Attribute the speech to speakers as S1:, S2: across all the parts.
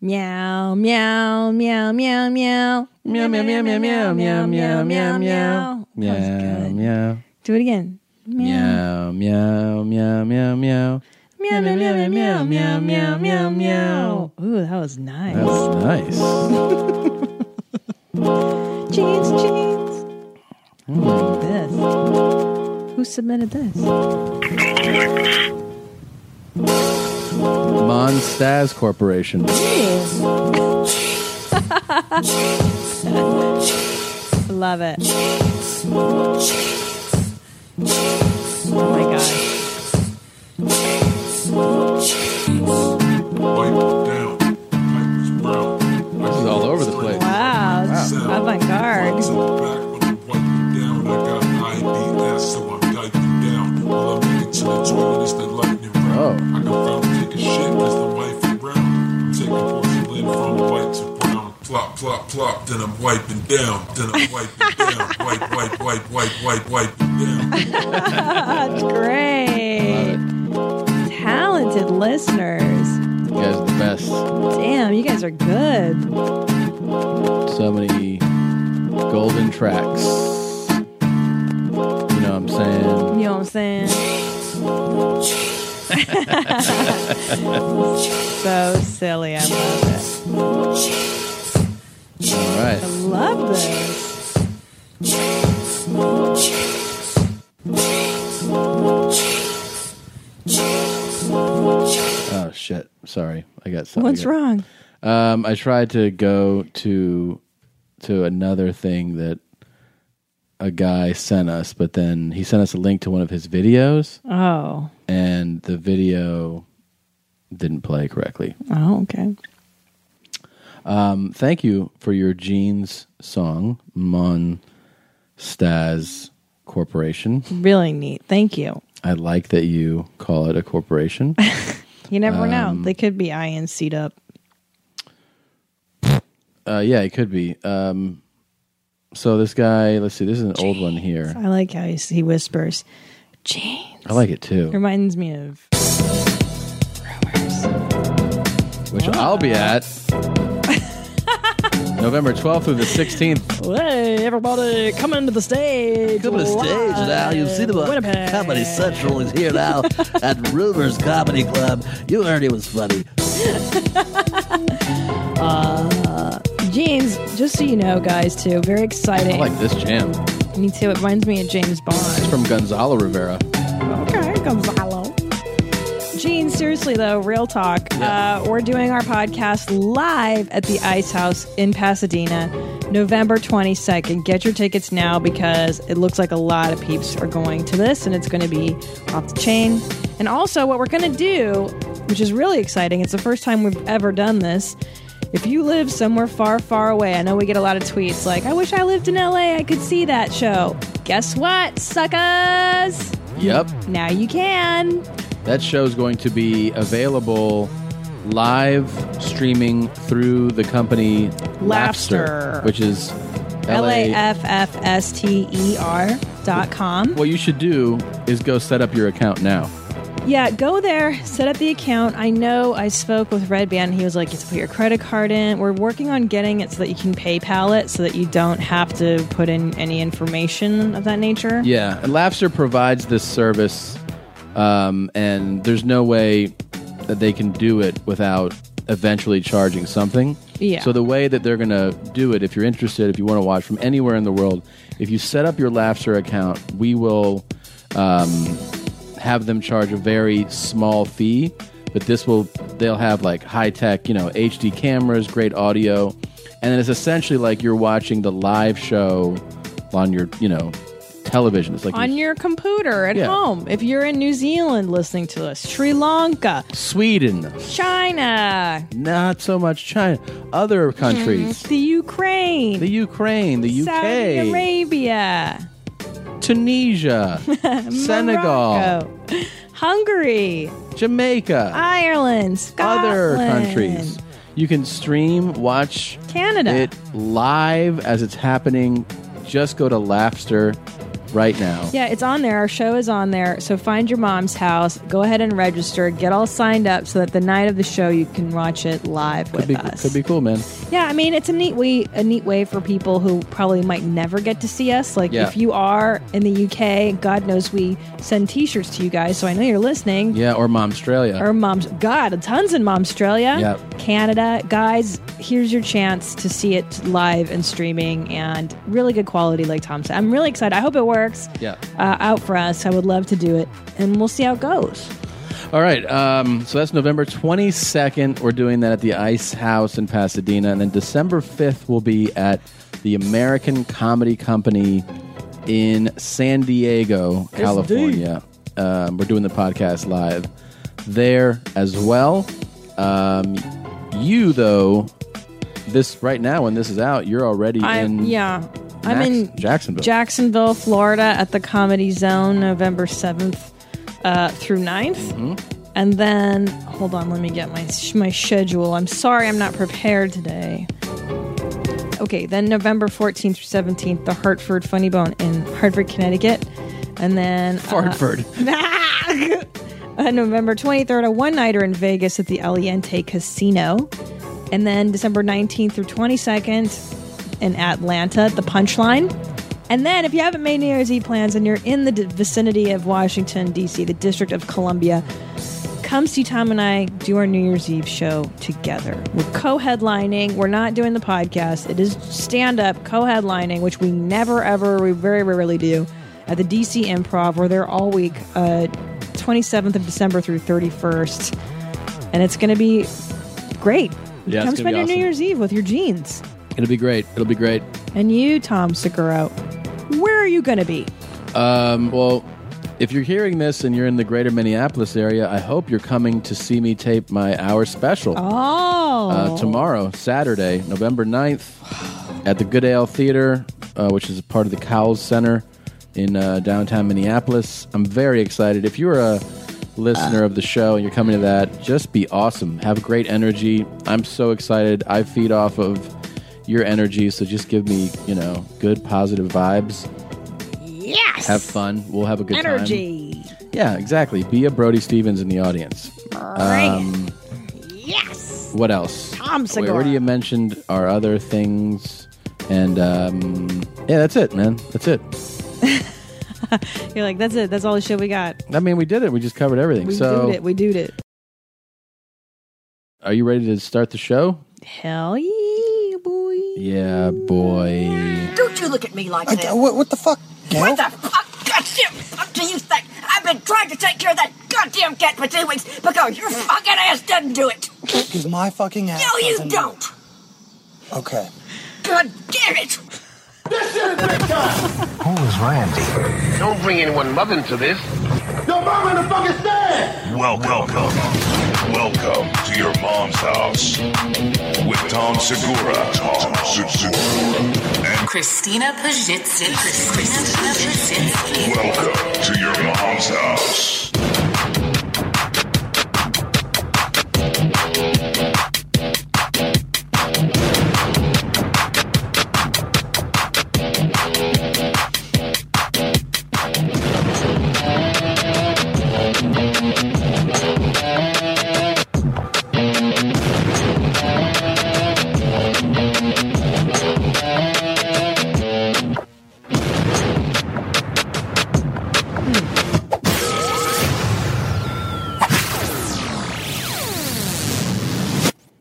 S1: Meow, meow, meow, meow, meow.
S2: Meow meow meow meow meow meow meow meow meow
S1: That was
S2: meow
S1: good.
S2: meow
S1: Do it again.
S2: meow meow meow meow meow.
S1: Meow, meow, meow, meow, meow, meow, meow, meow. Ooh, that was nice.
S2: That was nice.
S1: Jeans, jeans. Look at this. Who submitted this?
S2: Monstaz Corporation.
S1: Love it. Oh my gosh.
S2: This is all over the place.
S1: Wow. it's Avant garde.
S2: Oh.
S3: Plop, plop, plop, then I'm wiping down, then I'm wiping down, wipe, wipe, wipe, wipe, wipe, wipe down.
S1: That's great.
S2: Love it.
S1: Talented listeners.
S2: You guys are the best.
S1: Damn, you guys are good.
S2: So many golden tracks. You know what I'm saying?
S1: You know what I'm saying? so silly. I love it.
S2: All
S1: I
S2: right.
S1: love this.
S2: Oh shit. Sorry. I got something.
S1: What's wrong?
S2: Um, I tried to go to to another thing that a guy sent us, but then he sent us a link to one of his videos,
S1: Oh.
S2: and the video didn't play correctly.
S1: Oh, okay.
S2: Um, thank you for your jeans song, Mon Staz Corporation.
S1: Really neat. Thank you.
S2: I like that you call it a corporation.
S1: You never know. They could be INC'd up.
S2: uh, yeah, it could be. Um, so this guy, let's see, this is an old one here.
S1: I like how he, he whispers, Jeans.
S2: I like it too.
S1: Reminds me of rumors.
S2: which I'll be at November 12th through the 16th.
S1: Hey, everybody, come into the stage.
S4: Come to the stage now. You've seen him on
S1: Winnipeg.
S4: Comedy Central. He's here now at Rumors Comedy Club. You heard he was funny.
S1: Jeans, just so you know, guys, too, very
S2: I
S1: exciting.
S2: like this jam.
S1: Me too. It reminds me of James
S2: It's
S1: Bond.
S2: from Gonzalo Rivera.
S1: Okay, Gonzalo. Jeans, seriously though, real talk. Uh, we're doing our podcast live at the Ice House in Pasadena, November 22nd. Get your tickets now because it looks like a lot of peeps are going to this and it's going to be off the chain. And also, what we're going to do, which is really exciting, it's the first time we've ever done this. If you live somewhere far, far away, I know we get a lot of tweets like, I wish I lived in LA, I could see that show. Guess what, suckers?
S2: Yep.
S1: Now you can.
S2: That show's going to be available live streaming through the company
S1: Laughster.
S2: Laughster, which is
S1: L A
S2: LA.
S1: F F S T E R dot com.
S2: What you should do is go set up your account now.
S1: Yeah, go there, set up the account. I know I spoke with Red Band. He was like, you have to put your credit card in. We're working on getting it so that you can PayPal it so that you don't have to put in any information of that nature.
S2: Yeah, and Laughster provides this service, um, and there's no way that they can do it without eventually charging something.
S1: Yeah.
S2: So the way that they're going to do it, if you're interested, if you want to watch from anywhere in the world, if you set up your Laughster account, we will um, have them charge a very small fee. But this will, they'll have like high tech, you know, HD cameras, great audio, and it's essentially like you're watching the live show on your, you know, television. It's like
S1: On your computer at
S2: Yeah.
S1: home. If you're in New Zealand listening to us, Sri Lanka,
S2: Sweden,
S1: China,
S2: not so much China, other countries,
S1: the Ukraine,
S2: the Ukraine, the UK,
S1: Mm-hmm. Saudi Arabia,
S2: Tunisia, Senegal,
S1: Morocco, Hungary,
S2: Jamaica,
S1: Ireland,
S2: other
S1: Ah, Scotland,
S2: countries. You can stream, watch
S1: Canada.
S2: it live as it's happening. Just go to Laughster right now.
S1: Yeah, it's on there. Our show is on there. So find your mom's house. Go ahead and register. Get all signed up so that the night of the show you can watch it live with
S2: Could be,
S1: us.
S2: could be cool, man.
S1: Yeah, I mean it's a neat way a neat way for people who probably might never get to see us. Like
S2: Yeah.
S1: if you are in the UK, God knows we send T-shirts to you guys, so I know you're listening.
S2: Yeah, or Mom Australia.
S1: Or moms, God, tons in Mom Australia,
S2: Yeah.
S1: Canada, guys. Here's your chance to see it live and streaming, and really good quality, like Tom said. I'm really excited. I hope it works.
S2: Yeah.
S1: uh, out for us. I would love to do it, and we'll see how it goes.
S2: All right. Um, so that's November 22nd. We're doing that at the Ice House in Pasadena. And then December 5th will be at the American Comedy Company in San Diego, California. Um, we're doing the podcast live there as well. Um, you, though, this right now, when this is out, you're already in.
S1: yeah, I'm
S2: Max-
S1: in
S2: Jacksonville.
S1: Jacksonville, Florida, at the Comedy Zone, November seventh uh, through 9th.
S2: Mm-hmm.
S1: And then, hold on, let me get my my schedule. I'm sorry, I'm not prepared today. Okay, then November 14th through 17th, the Hartford Funny Bone in Hartford, Connecticut. And then uh,
S2: Hartford.
S1: Uh, November 23rd, a one nighter in Vegas at the Aliente Casino. And then December 19th through 22nd in Atlanta at the Punchline. And then, if you haven't made New Year's Eve plans and you're in the d- vicinity of Washington, D.C., the District of Columbia, come see Tom and I do our New Year's Eve show together. We're co headlining. We're not doing the podcast. It is stand up co headlining, which we never, ever, we very rarely do at the DC Improv. We're there all week, uh, 27th of December through 31st. And it's going to be great.
S2: Yeah, it's gonna be
S1: come spend your New
S2: awesome.
S1: Year's Eve with your jeans.
S2: It'll be great. It'll be great.
S1: And you, Tom Segura, where are you going to be?
S2: Um, well, if you're hearing this and you're in the greater Minneapolis area, I hope you're coming to see me tape my hour special
S1: Oh,
S2: uh, tomorrow, Saturday, November 9th, at the Goodale Theater, uh, which is a part of the Cowles Center in uh, downtown Minneapolis. I'm very excited. If you're a listener of the show and you're coming to that, just be awesome. Have great energy. I'm so excited. I feed off of your energy, so just give me, you know, good positive vibes.
S1: Yes.
S2: Have fun. We'll have a good time.
S1: Energy.
S2: Yeah, exactly. Be a Brody Stevens in the audience. Um,
S1: Right. yes.
S2: What else?
S1: Tom
S2: We
S1: Segura.
S2: already mentioned our other things, and um, yeah, that's it, man. That's it.
S1: You're like, that's it. That's all the shit we got.
S2: I mean, we did it. We just covered everything.
S1: We
S2: so,
S1: doed it. We doed it.
S2: are you ready to start the show?
S1: Hell yeah, boy.
S2: Yeah, boy.
S5: Don't you look at me like that.
S6: What, what the fuck, Gail?
S5: What the fuck? Goddamn fuck do you think? I've been trying to take care of that goddamn cat for two weeks because your fucking ass doesn't do it.
S6: Because my fucking ass.
S5: No, you
S6: doesn't-
S5: don't.
S6: Okay.
S5: God damn it.
S7: Don't bring anyone love into this.
S8: Welcome. Welcome to your mom's house with Tom Segura. Tom Segura. And
S9: Christina Pajitsky. Christina Pajitsky.
S8: welcome to your mom's house.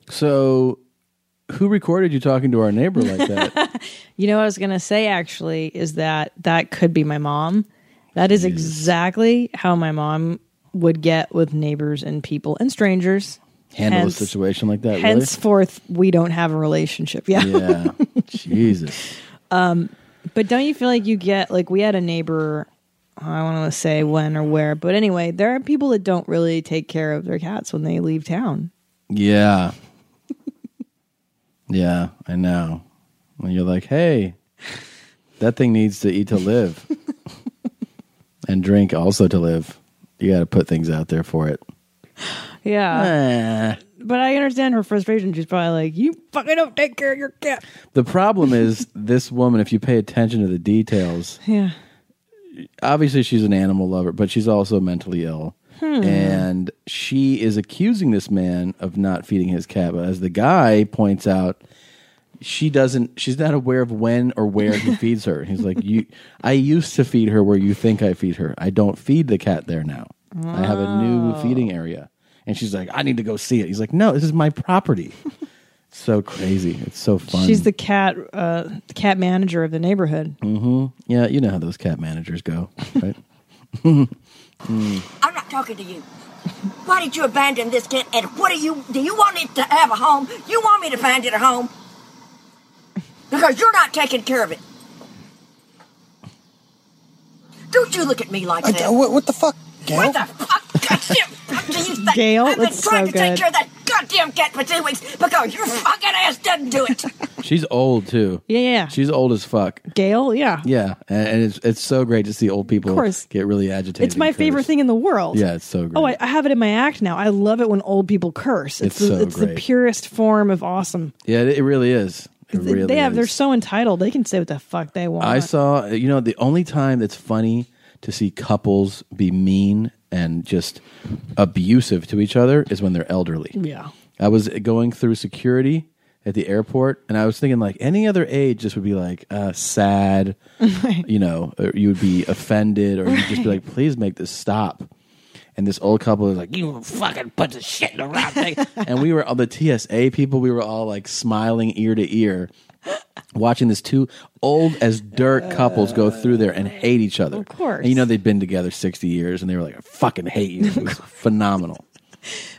S2: So, who recorded you talking to our neighbor like that?
S1: You know what I was gonna say actually is that that could be my mom. That is exactly how my mom would get with neighbors and people and strangers.
S2: Handle
S1: Hence-
S2: a situation like that?
S1: Henceforth, we don't have a relationship. Yeah.
S2: really? Yeah. Jesus.
S1: But don't you feel like you get like we had a neighbor? I want to say when or where, but anyway, there are people that don't really take care of their cats when they leave town.
S2: Yeah. Yeah, I know. When you're like, hey, that thing needs to eat to live and drink also to live. You got to put things out there for it.
S1: Yeah,
S2: Eh.
S1: but I understand her frustration. She's probably like, "You fucking don't take care of your cat."
S2: The problem is, this woman, if you pay attention to the details,
S1: Yeah,
S2: obviously she's an animal lover, but she's also mentally ill.
S1: Hmm.
S2: And she is accusing this man of not feeding his cat. But as the guy points out, she doesn't she's not aware of when or where he feeds her. He's like, You I used to feed her where you think I feed her. I don't feed the cat there now. I have a new feeding area. And she's like, I need to go see it. He's like, No, this is my property. so crazy. It's so fun.
S1: She's the cat, uh, the cat manager of the neighborhood.
S2: Mm. Yeah, you know how those cat managers go, right?
S5: I'm not talking to you. Why did you abandon this cat? And what do you do? You want it to have a home? You want me to find it a home? Because you're not taking care of it. Don't you look at me like
S6: I,
S5: that?
S6: what, what the fuck, Gail?
S5: What the fuck? Goddamn, do you think
S1: Gail,
S5: I've been
S1: that's
S5: trying
S1: so
S5: to take
S1: good.
S5: care of that goddamn cat for two weeks because your fucking ass doesn't do it.
S2: She's old too.
S1: Yeah, yeah.
S2: She's old as fuck.
S1: Gail, yeah.
S2: Yeah, and, and it's it's so great to see old people
S1: Of course.
S2: get really agitated.
S1: It's my
S2: and
S1: favorite
S2: curse.
S1: thing in the world.
S2: Yeah, it's so great.
S1: Oh, I, I have it in my act now. I love it when old people curse.
S2: It's
S1: It's, the,
S2: so
S1: it's the
S2: great.
S1: purest form of awesome.
S2: yeah, it, it really is. It really
S1: they have. They're
S2: is.
S1: so entitled. They can say what the fuck they want.
S2: I saw. You know, the only time that's funny to see couples be mean and just abusive to each other is when they're elderly.
S1: Yeah.
S2: I was going through security at the airport, and I was thinking like any other age, this would be like uh, sad. You know, or you would be offended, or you'd just be like, "Please make this stop." And this old couple was like, "You fucking put the shit in the wrong thing." and we were all the TSA people. We were all like smiling ear to ear, watching this two old as dirt couples go through there and hate each other. Of
S1: course.
S2: and you know they'd been together sixty years, and they were like, "I fucking hate you." It was phenomenal.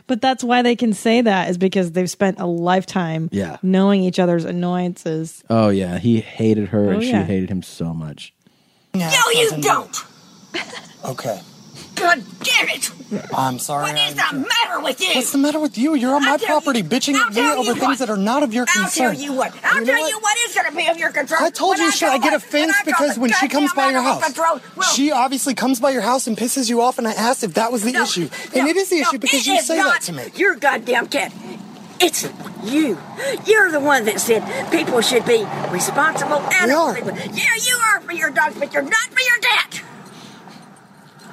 S1: But that's why they can say that is because they've spent a lifetime
S2: Yeah.
S1: knowing each other's annoyances.
S2: Oh yeah, he hated her
S1: Oh,
S2: and she
S1: yeah.
S2: hated him so much.
S5: No, you don't.
S6: Okay.
S5: God damn it!
S6: I'm sorry.
S5: What
S6: I-
S5: is the matter with you?
S6: What's the matter with you? You're on
S5: I'll
S6: my
S5: tell you-
S6: property bitching
S5: I'll
S6: at me
S5: tell
S6: over
S5: you what.
S6: things that are not of your
S5: I'll
S6: concern.
S5: tell you what. I'll
S6: You know
S5: tell
S6: what?
S5: you what is going to be of your concern.
S6: I told
S5: when
S6: you shit. I
S5: go
S6: get
S5: up- when I
S6: offense
S5: go
S6: because
S5: to
S6: when she
S5: goddamn
S6: comes by your
S5: animal
S6: house,
S5: control- well,
S6: she obviously comes by your house and pisses you off, and I asked if that was the
S5: no,
S6: issue.
S5: no,
S6: And it is the
S5: no,
S6: issue because
S5: it
S6: you
S5: is
S6: say
S5: not
S6: that to me.
S5: Your goddamn cat. It's you. You're the one that said people should be responsible animals.
S6: are.
S5: Yeah, you are for your dogs, but you're not for your cat.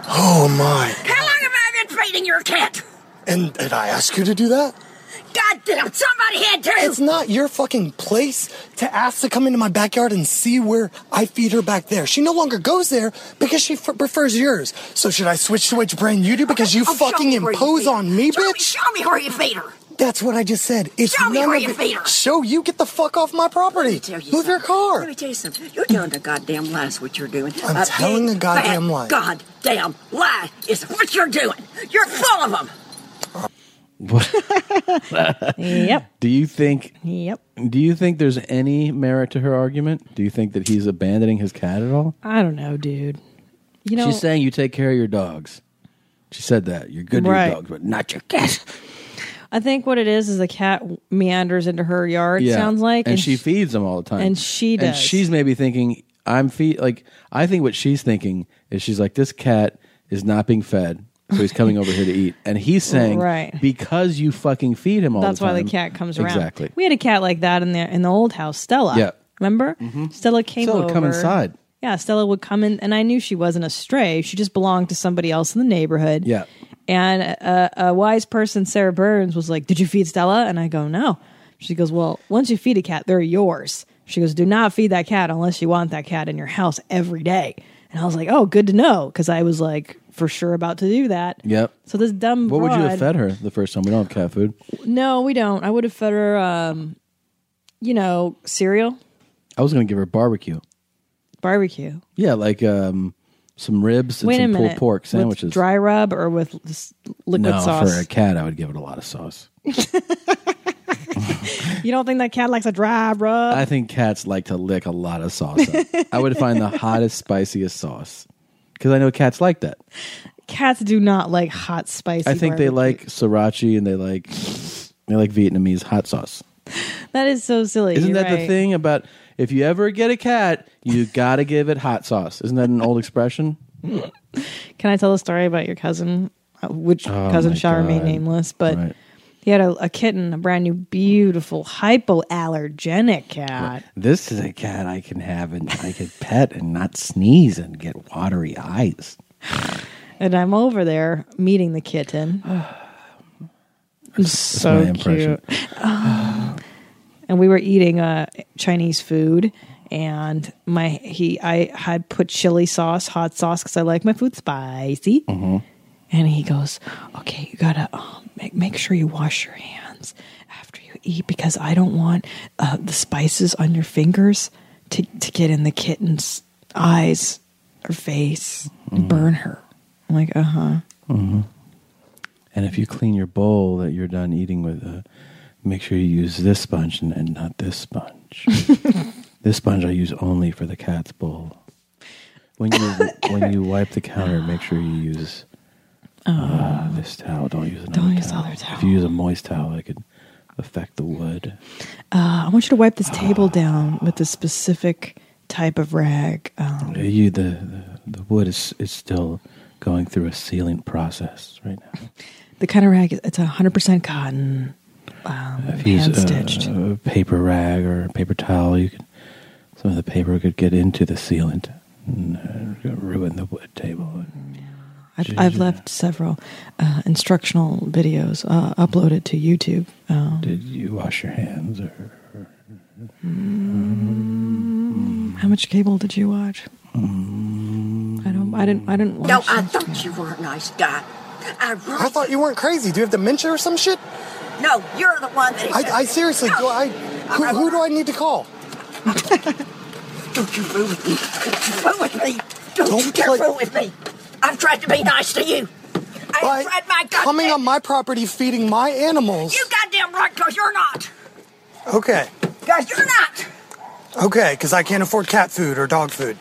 S6: Oh my.
S5: How long have I been feeding your cat?
S6: And did I ask you to do that?
S5: Goddamn, somebody had to.
S6: It's not your fucking place to ask to come into my backyard and see where I feed her back there. She no longer goes there because she f- prefers yours. So should I switch to which brand you do because you
S5: Oh, show
S6: fucking
S5: me where you
S6: impose
S5: feed her.
S6: on me,
S5: show Me,
S6: bitch?
S5: show me where you feed her.
S6: That's what I just said. It's
S5: Show me
S6: none
S5: where
S6: of
S5: you
S6: it-
S5: feed her.
S6: Show you get the fuck off my property.
S5: Let me tell you
S6: Move your
S5: something.
S6: car.
S5: Let me tell you something. You're telling a goddamn lie is what you're doing.
S6: I'm telling
S5: big,
S6: a goddamn
S5: fat
S6: lie.
S5: Goddamn lie is what you're doing. You're full of them.
S1: yep.
S2: Do you think
S1: Yep.
S2: do you think there's any merit to her argument? Do you think that he's abandoning his cat at all?
S1: I don't know, dude. You know,
S2: She's saying you take care of your dogs. She said that. You're good to
S1: Right.
S2: your dogs, but not your cat.
S1: I think what it is is the cat meanders into her yard. Sounds like,
S2: And, she feeds them all the time.
S1: and she
S2: And
S1: does.
S2: she's maybe thinking, I'm feed like I think what she's thinking is she's like, This cat is not being fed, so he's coming over here to eat. And he's saying
S1: Right.
S2: because you fucking feed him all
S1: That's
S2: the time.
S1: why the cat comes around.
S2: Exactly.
S1: We had a cat like that in the in the old house, Stella.
S2: Yeah. Mm-hmm.
S1: Remember? Stella came
S2: Stella
S1: over.
S2: would come inside.
S1: Yeah, Stella would come in, and I knew she wasn't a stray. She just belonged to somebody else in the neighborhood.
S2: Yeah.
S1: And a, a wise person, Sarah Burns, was like, "Did you feed Stella?" And I go, "No." She goes, "Well, once you feed a cat, they're yours." She goes, "Do not feed that cat unless you want that cat in your house every day." And I was like, "Oh, good to know," because I was like for sure about to do that.
S2: Yep.
S1: So this dumb.
S2: What would you have
S1: broad-
S2: fed her the first time? We don't have cat food.
S1: no, we don't. I would have fed her, um, you know, cereal,
S2: I was going to give her barbecue.
S1: barbecue.
S2: Yeah, like um, some ribs and
S1: Wait a
S2: some
S1: minute.
S2: pulled pork
S1: With
S2: sandwiches.
S1: dry rub or with s- liquid
S2: no,
S1: sauce.
S2: for a cat, I would give it a lot of sauce.
S1: You don't think that cat likes a dry rub?
S2: I think cats like to lick a lot of sauce. up. I would find the hottest, spiciest sauce because I know cats like that.
S1: Cats do not like hot, spicy.
S2: I think they
S1: barbecue.
S2: like sriracha and they like they like Vietnamese hot sauce.
S1: that is so silly.
S2: Isn't
S1: You're
S2: that the
S1: right.
S2: thing about if you ever get a cat, you gotta give it hot sauce? Isn't that an old expression?
S1: Can I tell a story about your cousin, Uh, which cousin
S2: Oh my
S1: shall remain
S2: God.
S1: nameless? But
S2: Right.
S1: He had a, a kitten, a brand new, beautiful, hypoallergenic cat.
S4: This is a cat I can have and I could pet and not sneeze and get watery eyes.
S1: And I'm over there meeting the kitten. so
S4: my impression.
S1: cute. Oh. and we were eating uh, Chinese food, and my he I had put chili sauce, hot sauce, because I like my food
S2: Oh,
S1: spicy. And he goes, "Okay, you gotta um, make make sure you wash your hands after you eat because I don't want uh, the spices on your fingers to to get in the kitten's eyes or face and burn her." I'm like, "Uh huh."
S2: And if you clean your bowl that you're done eating with, uh, make sure you use this sponge and, and not this sponge. this sponge I use only for the cat's bowl. When you when you wipe the counter, make sure you use
S4: Oh.
S2: uh, this towel. Don't use another
S1: Don't
S2: towel.
S1: use other
S2: If you use a moist towel, it could affect the wood.
S1: I want you to wipe this table down with a specific type of rag. Um,
S2: You the the, the wood is is still going through a sealing process right now.
S1: the kind of rag it's hundred percent cotton, um,
S2: If uh, oh, you use
S1: hand stitched.
S2: a, a paper rag or a paper towel, you could some of the paper could get into the sealant and uh, ruin the wood table.
S1: I've, I've left several uh, instructional videos uh, uploaded to YouTube. Um,
S2: Did you wash your hands? Or
S1: how much cable did you watch?
S2: Mm.
S1: I don't. I didn't. I didn't watch.
S5: No, I
S1: much
S5: thought you were a nice guy. I
S6: I
S5: really.
S6: thought you weren't crazy. Do you have dementia or some shit?
S5: No, you're the one that.
S6: I, I seriously, do I? Who, who do I need to call?
S5: Don't you fool with me. Don't you fool with me. Don't, you
S6: Don't
S5: dare
S6: play-
S5: fool with me. I've tried to be nice to you. I've
S6: By
S5: tried my goddamn...
S6: coming on my property, feeding my animals.
S5: You goddamn right, because you're not.
S6: Okay,
S5: Because you're not.
S6: okay, because I can't afford cat food or dog food.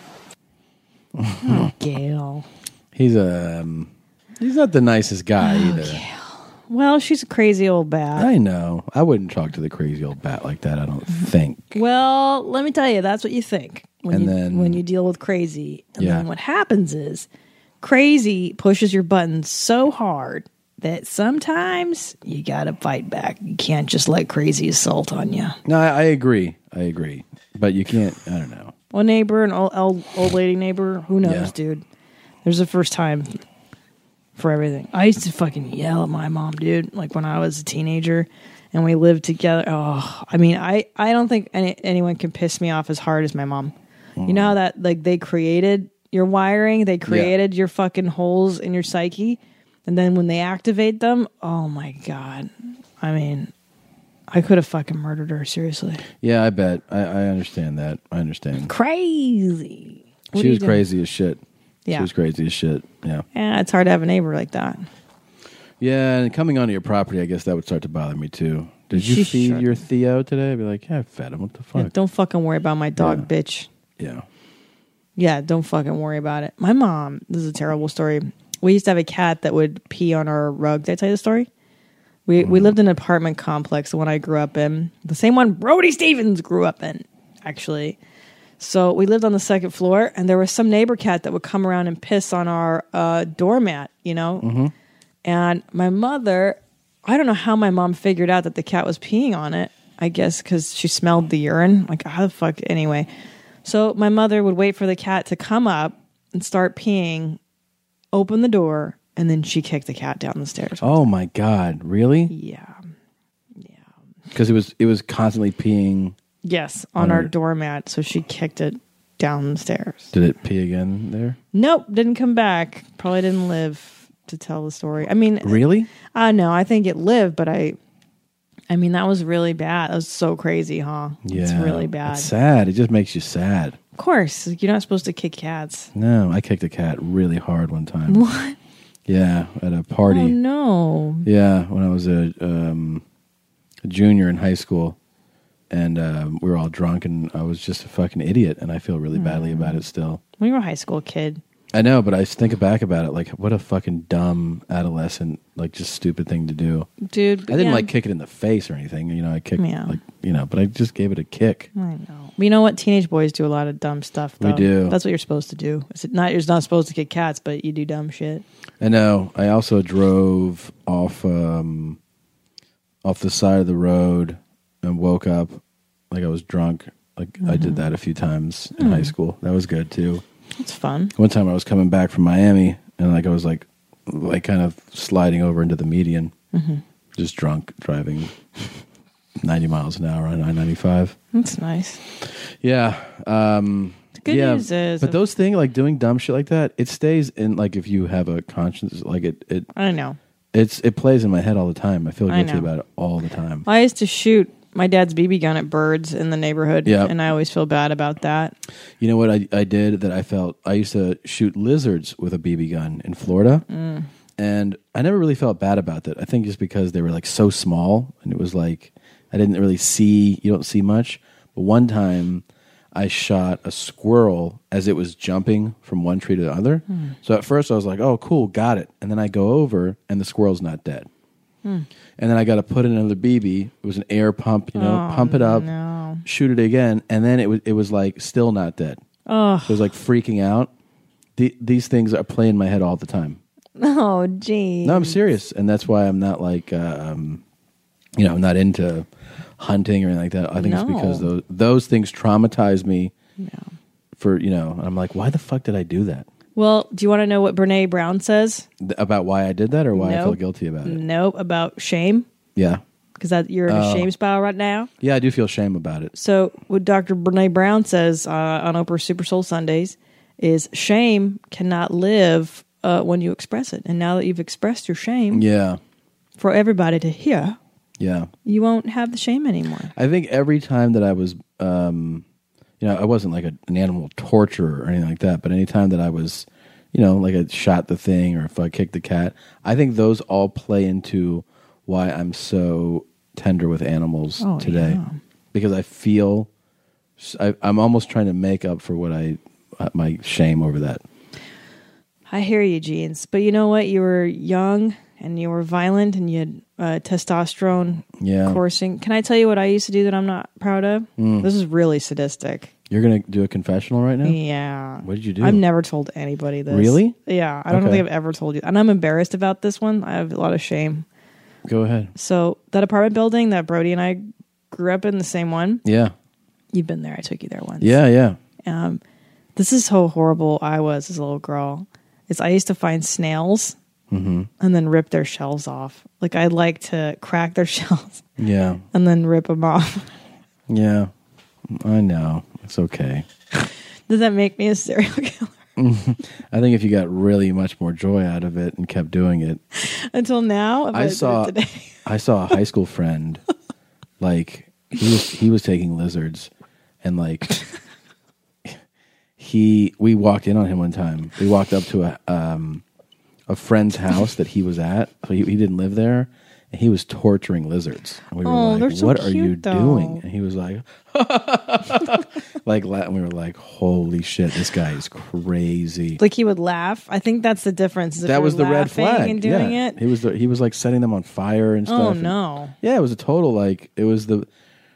S1: Gail.
S2: he's a um, he's not the nicest guy either.
S1: Well, she's a crazy old bat.
S2: I know. I wouldn't talk to the crazy old bat like that. I don't think.
S1: Well, let me tell you, that's what you think when
S2: And
S1: you
S2: then-
S1: when you deal with crazy. And
S2: Yeah.
S1: then what happens is crazy pushes your buttons so hard that sometimes you gotta fight back. You can't just let crazy assault on you.
S2: No, I, I agree. I agree. But you can't. I don't know.
S1: One neighbor, an old old, old lady neighbor, who knows,
S2: Yeah.
S1: dude. There's a first time for everything. I used to fucking yell at my mom, dude, like when I was a teenager and we lived together. Oh, I mean, I, I don't think any, anyone can piss me off as hard as my mom. You
S2: Mm.
S1: know how that, like, they created your wiring, they created your fucking holes in your psyche. And then when they activate them, oh my God. I mean, I could have fucking murdered her, seriously.
S2: Yeah, I bet. I, I understand that. I understand.
S1: Crazy. What
S2: she
S1: are you
S2: was
S1: gonna-
S2: crazy as shit.
S1: Yeah.
S2: She was crazy as shit. Yeah.
S1: Yeah, Eh, it's hard to have a neighbor like that.
S2: Yeah, and coming onto your property, I guess that would start to bother me too. Did you
S1: She
S2: feed
S1: should.
S2: your Theo today? I'd be like, yeah, I fed him. What the
S1: Yeah,
S2: fuck?
S1: don't fucking worry about my dog, bitch.
S2: Yeah.
S1: Yeah, don't fucking worry about it. My mom, this is a terrible story. We used to have a cat that would pee on our rug. Did I tell you the story? We we lived in an apartment complex, the one I grew up in, the same one Brody Stevens grew up in, actually. So we lived on the second floor, and there was some neighbor cat that would come around and piss on our uh, doormat, you know. And my mother, I don't know how my mom figured out that the cat was peeing on it. I guess because she smelled the urine. Like how the fuck anyway. So my mother would wait for the cat to come up and start peeing, open the door, and then she kicked the cat down the stairs.
S2: Oh my god, really?
S1: Yeah.
S2: Because it was it was constantly peeing.
S1: Yes, on our doormat. So she kicked it down the stairs.
S2: Did it pee again there?
S1: Nope, didn't come back. Probably didn't live to tell the story. I mean,
S2: Really?
S1: I know. I think it lived, but I, I mean, that was really bad. That was so crazy, huh?
S2: Yeah.
S1: it's really bad.
S2: It's sad. It just makes you sad.
S1: Of course, you're not supposed to kick cats.
S2: No, I kicked a cat really hard one time. What? Yeah, at a party.
S1: Oh no!
S2: Yeah, when I was a, um, a junior in high school, and um, we were all drunk, and I was just a fucking idiot, and I feel really
S1: Mm.
S2: badly about it still.
S1: We were a high school kid.
S2: I know, but I think back about it, like what a fucking dumb adolescent, like just stupid thing to do.
S1: dude.
S2: I didn't
S1: yeah.
S2: like kick it in the face or anything, you know. I kicked,
S1: Yeah.
S2: like you know, but I just gave it a kick.
S1: I know. You know what? Teenage boys do a lot of dumb stuff. Though.
S2: We do.
S1: That's what you're supposed to do. It's not you're not supposed to kick cats, but you do dumb shit.
S2: I know. I also drove off um, off the side of the road and woke up like I was drunk. Like I
S1: Mm-hmm.
S2: did that a few times
S1: Mm.
S2: in high school. That was good too.
S1: It's fun.
S2: One time I was coming back from Miami and like I was like like kind of sliding over into the median,
S1: Mm-hmm.
S2: just drunk driving ninety miles an hour on I ninety five.
S1: It's nice.
S2: Yeah. Um,
S1: The good
S2: yeah,
S1: news is,
S2: but those things like doing dumb shit like that, it stays in. Like if you have a conscience, like it it
S1: I know.
S2: it's it plays in my head all the time. I feel
S1: I
S2: guilty
S1: know.
S2: about it all the time.
S1: I used to shoot my dad's BB gun at birds in the neighborhood,
S2: Yeah.
S1: and I always feel bad about that.
S2: You know what I, I did that I felt I used to shoot lizards with a BB gun in Florida,
S1: Mm.
S2: and I never really felt bad about that. I think just because they were like so small, and it was like I didn't really see you don't see much. But one time, I shot a squirrel as it was jumping from one tree to the other.
S1: Hmm.
S2: So at first I was like, "Oh, cool, got it," and then I go over, and the squirrel's not dead. And then I got to put in another BB. It was an air pump, you know, pump
S1: Oh,
S2: it up, shoot it again, and then it was it was like still not dead. Oh, so it was like freaking out. The, these things are playing in my head all the time.
S1: Oh, gee.
S2: No, I'm serious, and that's why I'm not like, uh, um, you know, I'm not into hunting or anything like that. I think it's
S1: No.
S2: because those those things traumatize me. For you know, and I'm like, why the fuck did I do that?
S1: Well, do you want to know what Brene Brown says?
S2: Th- about why I did that or why I
S1: No.
S2: felt guilty about it?
S1: Nope, about shame
S2: Yeah,
S1: because that you're in
S2: Oh.
S1: a shame spiral right now.
S2: yeah, I do feel shame about it.
S1: So what Dr. Brene Brown says uh, on Oprah Super Soul Sundays is shame cannot live uh, when you express it, and now that you've expressed your shame
S2: Yeah,
S1: for everybody to hear,
S2: yeah.
S1: you won't have the shame anymore.
S2: I think every time that I was, um, you know, I wasn't like a, an animal torturer or anything like that, but any time that I was, you know, like I shot the thing or if I kicked the cat, I think those all play into why I'm so tender with animals
S1: Oh,
S2: today
S1: yeah.
S2: because I feel I, I'm almost trying to make up for what I uh, my shame over that.
S1: I hear you, Jeans, but you know what? You were young and you were violent and you had uh, testosterone
S2: Yeah. Hmm.
S1: coursing. Can I tell you what I used to do that I'm not proud of? This is really sadistic.
S2: You're gonna do a confessional right now.
S1: Yeah.
S2: What did you do?
S1: I've never told anybody this.
S2: Really?
S1: Yeah. I don't
S2: Okay.
S1: think I've ever told you. And I'm embarrassed about this one. I have a lot of shame.
S2: Go ahead.
S1: So, that apartment building that Brody and I grew up in, the same one,
S2: Yeah.
S1: you've been there. I took you there once.
S2: Yeah. Yeah.
S1: This is how horrible I was as a little girl. Is I used to find snails
S2: Mm-hmm.
S1: and then rip their shells off. Like, I like to crack their shells
S2: Yeah.
S1: and then rip them off.
S2: Yeah. I know. It's okay.
S1: Does that make me a serial killer?
S2: I think if you got really much more joy out of it and kept doing it,
S1: Until now, if I,
S2: I
S1: did it
S2: saw
S1: today.
S2: I saw a high school friend, like he was he was taking lizards, and like he we walked in on him one time. We walked up to a um, a friend's house that he was at. So he, he didn't live there, and he was torturing lizards. And we were
S1: Oh, they're
S2: like,
S1: so
S2: "What are
S1: cute,
S2: you
S1: though."
S2: doing?" And he was like, "Like," la- and we were like, "Holy shit, this guy is crazy."
S1: like he would laugh. I think that's the difference. is if
S2: that
S1: you're
S2: was the red
S1: laughing
S2: flag.
S1: And doing
S2: yeah.
S1: it.
S2: He was the, he was like setting them on fire and stuff.
S1: Oh
S2: And-
S1: no!
S2: yeah, it was a total like it was the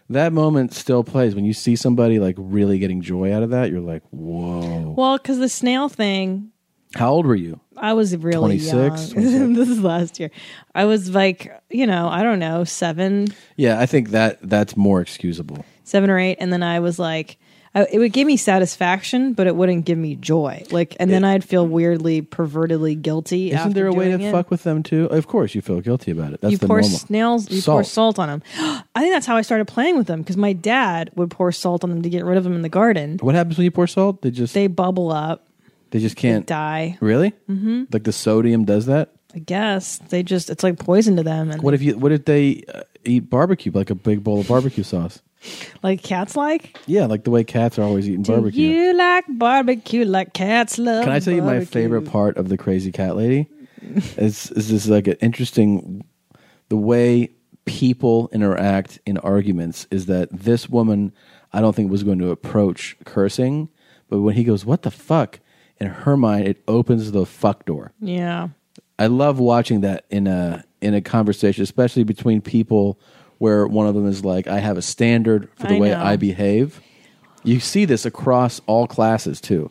S2: that moment still plays when you see somebody like really getting joy out of that. You're like, whoa.
S1: Well, because the snail thing,
S2: How old were you?
S1: I was really
S2: 26,
S1: young. this is last year. I was like, you know, I don't know, seven,
S2: Yeah, I think that that's more excusable.
S1: seven or eight, and then I was like, I, it would give me satisfaction, but it wouldn't give me joy. Like, and then I'd feel weirdly, pervertedly guilty.
S2: Isn't
S1: after
S2: there a way
S1: doing
S2: to
S1: it.
S2: fuck with them too? Of course, you feel guilty about it. That's
S1: you
S2: the
S1: pour
S2: normal.
S1: snails, you pour salt on them. I think that's how I started playing with them because my dad would pour salt on them to get rid of them in the garden.
S2: What happens when you pour salt? They just they,
S1: They bubble up,
S2: just can't
S1: die.
S2: Really? Mm-hmm. Like the sodium does that.
S1: I guess they just it's like poison to them and
S2: What if you? What if they uh, eat barbecue like a big bowl of barbecue sauce?
S1: like cats like
S2: Yeah, like the way cats are always eating barbecue.
S1: Do you like barbecue like cats love
S2: Can I tell you my
S1: barbecue?
S2: favorite part of the crazy cat lady? is is this like an interesting the way people interact in arguments is that this woman I don't think was going to approach cursing, but when he goes, "What the fuck?" in her mind it opens the fuck door.
S1: Yeah.
S2: I love watching that in a in a conversation, especially between people where one of them is like, "I have a standard for the
S1: I
S2: way
S1: know.
S2: I behave." You see this across all classes too.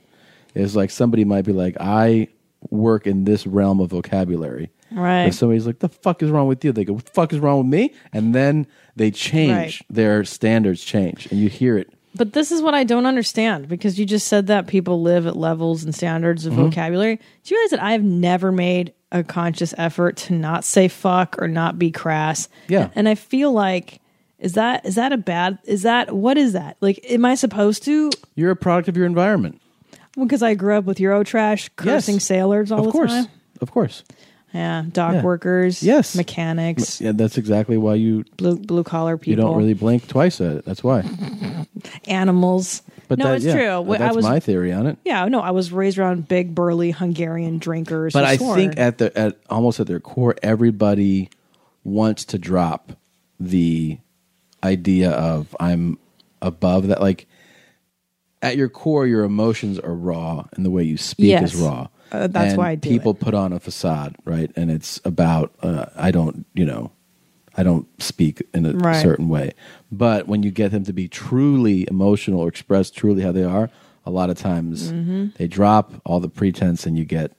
S2: It's like somebody might be like, "I work in this realm of vocabulary,"
S1: Right.
S2: If somebody's like, "The fuck is wrong with you?" They go, "What the fuck is wrong with me?" And then they change
S1: Right.
S2: their standards, change, and you hear it.
S1: But this is what I don't understand because you just said that people live at levels and standards
S2: Mm-hmm.
S1: of vocabulary. Do you realize that I have never made a conscious effort to not say fuck or not be crass?
S2: Yeah.
S1: And I feel like is that is that a bad is that what is that? Like am I supposed to
S2: You're a product of your environment.
S1: because I grew up with Euro trash cursing
S2: Yes.
S1: sailors all
S2: of
S1: the
S2: course,
S1: time?
S2: of course.
S1: Yeah, dock
S2: Yeah.
S1: workers,
S2: Yes.
S1: mechanics,
S2: Yeah, that's exactly why you
S1: blue blue collar people,
S2: you don't really blink twice at it. That's why.
S1: animals.
S2: But
S1: no,
S2: that-
S1: it's
S2: yeah,
S1: true.
S2: That's
S1: I was
S2: my theory on it.
S1: Yeah, no, I was raised around big burly Hungarian drinkers.
S2: But
S1: who
S2: I
S1: swore.
S2: think uh, at the at almost at their core, everybody wants to drop the idea of I'm above that. Like at your core, your emotions are raw, and the way you speak
S1: Yes.
S2: is raw.
S1: Uh, that's
S2: And
S1: why I do
S2: people
S1: it.
S2: put on a facade, right? And it's about uh, I don't, you know, I don't speak in a
S1: Right.
S2: certain way. But when you get them to be truly emotional or express truly how they are, a lot of times
S1: Mm-hmm.
S2: they drop all the pretense and you get,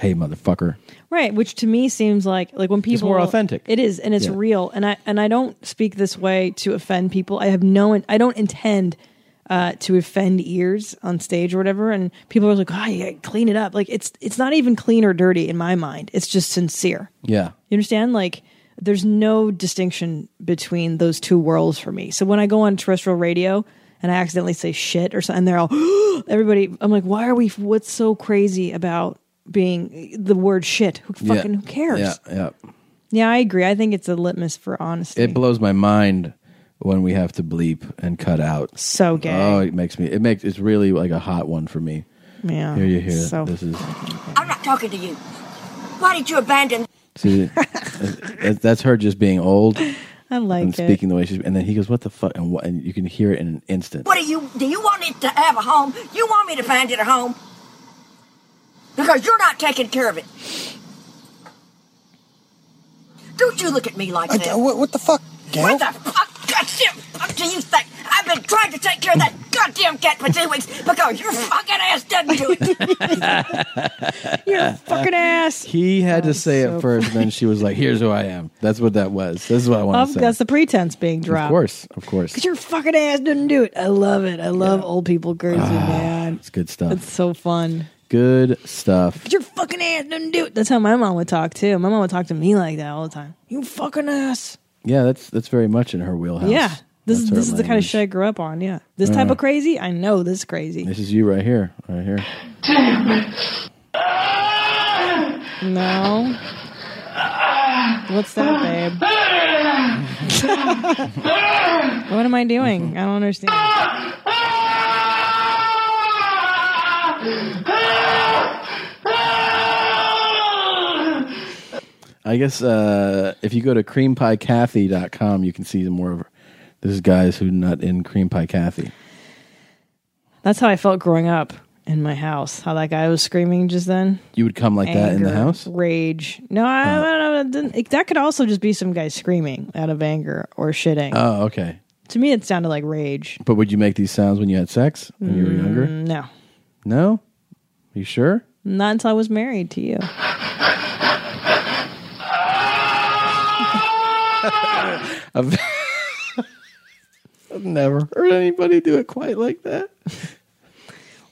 S2: hey, motherfucker.
S1: right, which to me seems like like when people
S2: more authentic.
S1: It is, and it's
S2: Yeah.
S1: real. And I and I don't speak this way to offend people. I have no, in- I don't intend uh, to offend ears on stage or whatever. And people are like, oh, yeah, clean it up. Like it's it's not even clean or dirty in my mind. It's just sincere.
S2: Yeah.
S1: You understand? Like, there's no distinction between those two worlds for me. So when I go on terrestrial radio and I accidentally say shit or something, they're all, everybody, I'm like, why are we, what's so crazy about being the word shit? Who
S2: Yeah.
S1: fucking, who cares?
S2: Yeah.
S1: Yeah.
S2: Yeah.
S1: I agree. I think it's a litmus for honesty.
S2: It blows my mind when we have to bleep and cut out.
S1: so gay.
S2: Oh, it makes me, it makes, it's really like a hot one for me.
S1: yeah.
S2: Here you hear.
S1: Oh, So,
S2: This is,
S5: I'm not talking to you. Why did you abandon?
S2: see, that- that's her just being old.
S1: I like
S2: and
S1: it.
S2: speaking the way she's, and then he goes, "What the fuck?" And, what, and you can hear it in an instant.
S5: What do you do? You want it to have a home? You want me to find it a home? Because you're not taking care of it. Don't you look at me like
S6: I,
S5: that?
S6: what, what the fuck, Gail?
S5: What the fuck? Goddamn! What do you think? I've been trying to take care of that goddamn cat for two weeks because your fucking ass doesn't do it.
S1: Your fucking ass.
S2: He had to say
S1: so
S2: it first, and then she was like, "Here's who I am." That's what that was. This is what I want
S1: Of,
S2: to say.
S1: that's the pretense being dropped.
S2: of course, of course,
S1: Because your fucking ass didn't do it. I love it. I love old people crazy,
S2: Ah.
S1: man.
S2: it's good stuff.
S1: It's so fun.
S2: good stuff.
S1: your fucking ass doesn't do it. That's how my mom would talk too. My mom would talk to me like that all the time. You fucking ass.
S2: Yeah, that's that's very much in her wheelhouse.
S1: Yeah. This is
S2: That's her
S1: this is the kind of
S2: language.
S1: shit I grew up on. Yeah. This type of crazy, I know this is crazy.
S2: This is you right here, right here.
S1: No. What's that, babe? what am I doing? I don't understand.
S2: I guess uh, if you go to creampiecathy.com, you can see more of her. This is guys who not in cream pie Kathy.
S1: That's how I felt growing up in my house. How that guy was screaming just then.
S2: You would come like that in the
S1: Anger,
S2: house. Uh-huh.
S1: Rage. No, I, I don't know. That, didn't- it- that could also just be some guy screaming out of anger or shitting.
S2: Oh, okay.
S1: to me, it sounded like rage.
S2: But would you make these sounds when you had sex when you were younger?
S1: No,
S2: No? You sure?
S1: not until I was married to you.
S2: I've never heard anybody do it quite like that.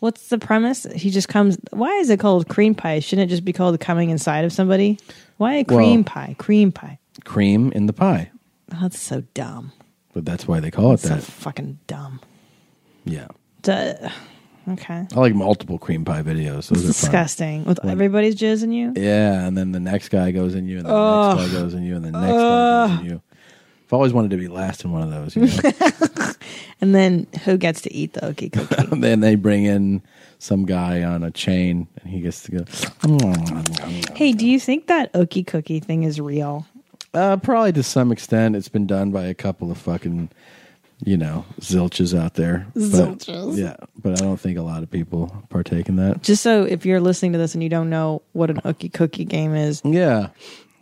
S1: What's the premise? He just comes. Why is it called cream pie? Shouldn't it just be called coming inside of somebody? Why a cream
S2: Well-
S1: pie? Cream pie.
S2: Cream in the pie.
S1: Oh, that's so dumb.
S2: But that's why they call it
S1: So
S2: that.
S1: fucking dumb.
S2: Yeah.
S1: Duh. Okay.
S2: I like multiple cream pie videos. Those are fun.
S1: Disgusting. With everybody's jizz in you.
S2: Yeah, and then the next guy goes in you, and the next guy goes in you, and the next guy goes in you. I've always wanted to be last in one of those. You know?
S1: And then who gets to eat the okay cookie?
S2: and then they bring in some guy on a chain, and he gets to go.
S1: hey, do you think that okie cookie thing is real?
S2: Uh, probably to some extent, it's been done by a couple of fucking, you know, zilches out there. But-
S1: Zilches.
S2: yeah, but I don't think a lot of people partake in that.
S1: Just so if you're listening to this and you don't know what an okie cookie game is,
S2: Yeah,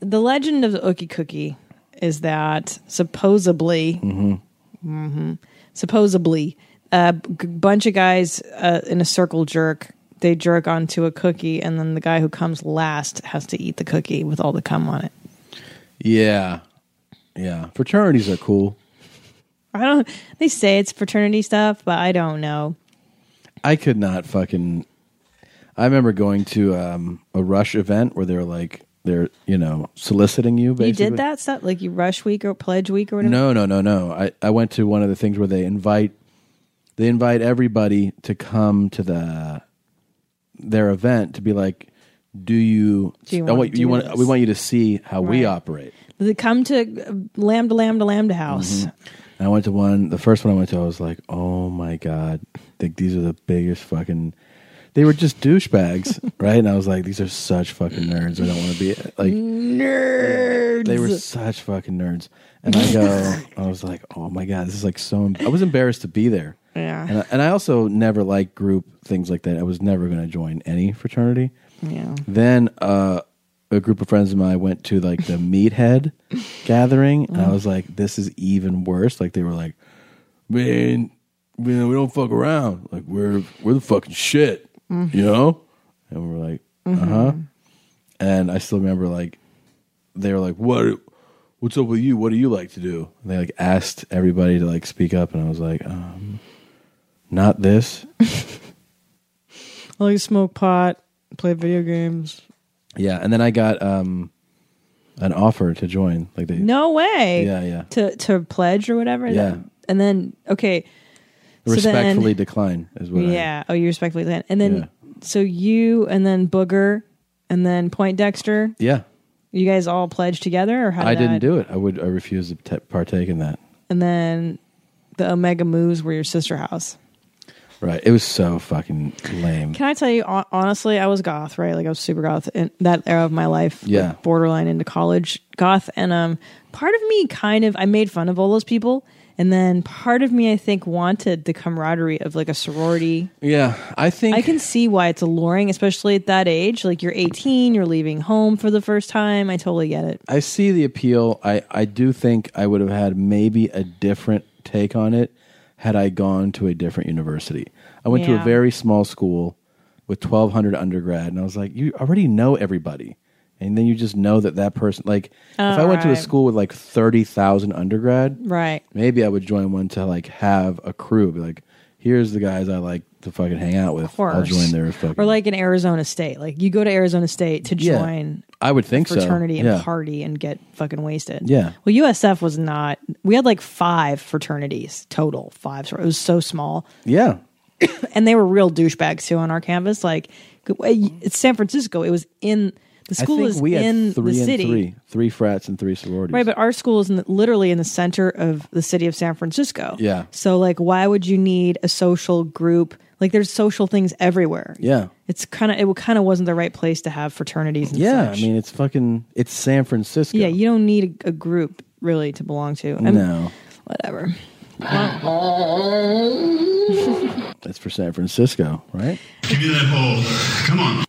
S1: the legend of the Ookie Cookie is that supposedly, mm-hmm, Mhm. supposedly, a g- bunch of guys uh, in a circle jerk. they jerk onto a cookie, and then the guy who comes last has to eat the cookie with all the cum on it.
S2: Yeah. Yeah. Fraternities are cool.
S1: I don't. They say it's fraternity stuff, but I don't know.
S2: I could not fucking. I remember going to um, a rush event where they were like they're you know soliciting you. Basically.
S1: You did that stuff like you rush week or pledge week or whatever.
S2: No, no, no, no. I, I went to one of the things where they invite they invite everybody to come to the their event to be like, do you?
S1: Do you
S2: I
S1: wanna
S2: want-
S1: do
S2: you want-
S1: this?
S2: we want you to see how we
S1: Right.
S2: operate.
S1: They come to uh, Lambda Lambda Lambda House.
S2: And I went to one. The first one I went to, I was like, "Oh my god, like these are the biggest fucking." They were just douchebags, right? And I was like, "These are such fucking nerds. I don't want to be like nerds." They were such fucking nerds. And I go, I was like, "Oh my god, this is like so." em-" I was embarrassed to be there.
S1: Yeah.
S2: And I, and I also never liked group things like that. I was never going to join any fraternity.
S1: Yeah.
S2: Then uh, a group of friends of mine went to like the meathead gathering, and I was like, "This is even worse." Like they were like, "Man, you know, we don't fuck around. Like we're we're the fucking shit, you know." And we are like, "Uh huh." And I still remember like they were like, "What? What's up with you? What do you like to do?" And they like asked everybody to like speak up, and I was like, um, "Not this."
S1: I like to smoke pot, play video games.
S2: Yeah, and then I got um an offer to join. Like they
S1: No way.
S2: Yeah, yeah.
S1: To to pledge or whatever.
S2: Yeah.
S1: That- And then okay. so then-
S2: respectfully decline is what
S1: yeah. Oh, you respectfully land. And then
S2: Yeah.
S1: so you and then Booger and then Point Dexter.
S2: I Yeah.
S1: You guys all pledged together, or how? Did
S2: I didn't
S1: that-
S2: do it. I would I refuse to t- partake in that.
S1: And then the Omega Moves were your sister house.
S2: Right. It was so fucking lame.
S1: Can I tell you hon- honestly? I was goth, right? Like I was super goth in that era of my life. like,
S2: Yeah.
S1: borderline into college goth, and um, part of me kind of I made fun of all those people, and then part of me I think wanted the camaraderie of like a sorority.
S2: Yeah, I think
S1: I can see why it's alluring, especially at that age. Like you're 18, you're leaving home for the first time. I totally get it.
S2: I see the appeal. I I do think I would have had maybe a different take on it had I gone to a different university. I went to
S1: Yeah.
S2: a very small school with 1200 undergrad and I was like you already know everybody. And then you just know that that person like if I went to a
S1: right.
S2: school with like 30,000 undergrad,
S1: Right.
S2: maybe I would join one to like have a crew. Be like, here's the guys I like to fucking hang out with.
S1: course.
S2: I'll join their fucking.
S1: Or like in Arizona State. Like you go to Arizona State to
S2: Yeah.
S1: join
S2: I would think so.
S1: fraternity and
S2: yeah.
S1: party and get fucking wasted.
S2: Yeah.
S1: Well, USF was not. We had like five fraternities total, five. So it was so small,
S2: Yeah,
S1: and they were real douchebags too on our campus. Like it's San Francisco. It was in the
S2: I
S1: school
S2: think
S1: is
S2: we had
S1: in
S2: three
S1: the
S2: and
S1: city.
S2: three, three frats and three sororities.
S1: Right, but our school is in the, literally in the center of the city of San Francisco.
S2: Yeah.
S1: So, like, why would you need a social group? Like, there's social things everywhere.
S2: yeah,
S1: It's kind of, it kind of wasn't the right place to have fraternities and
S2: yeah.
S1: such.
S2: I mean, it's fucking. It's San Francisco.
S1: yeah, you don't need a, a group really to belong to. I'm-
S2: no,
S1: Whatever.
S2: that's for San Francisco, right?
S8: Give me that hole. Come on.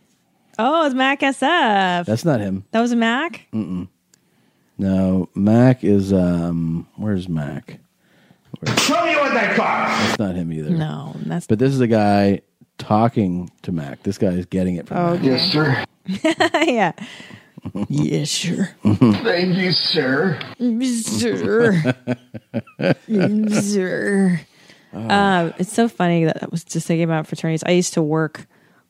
S1: Oh, it's Mac SF.
S2: That's not him.
S1: That was a Mac?
S2: Mm. No, Mac is. um Where's Mac?
S8: Show me what they got.
S2: That's not him either.
S1: No, that's.
S2: But this is a guy talking to Mac. This guy is getting it from. Mac.
S1: okay.
S7: sir.
S1: yeah. yeah, sure.
S7: Thank you, sir.
S1: Sure. Sure. Um, it's so funny that I was just thinking about fraternities. I used to work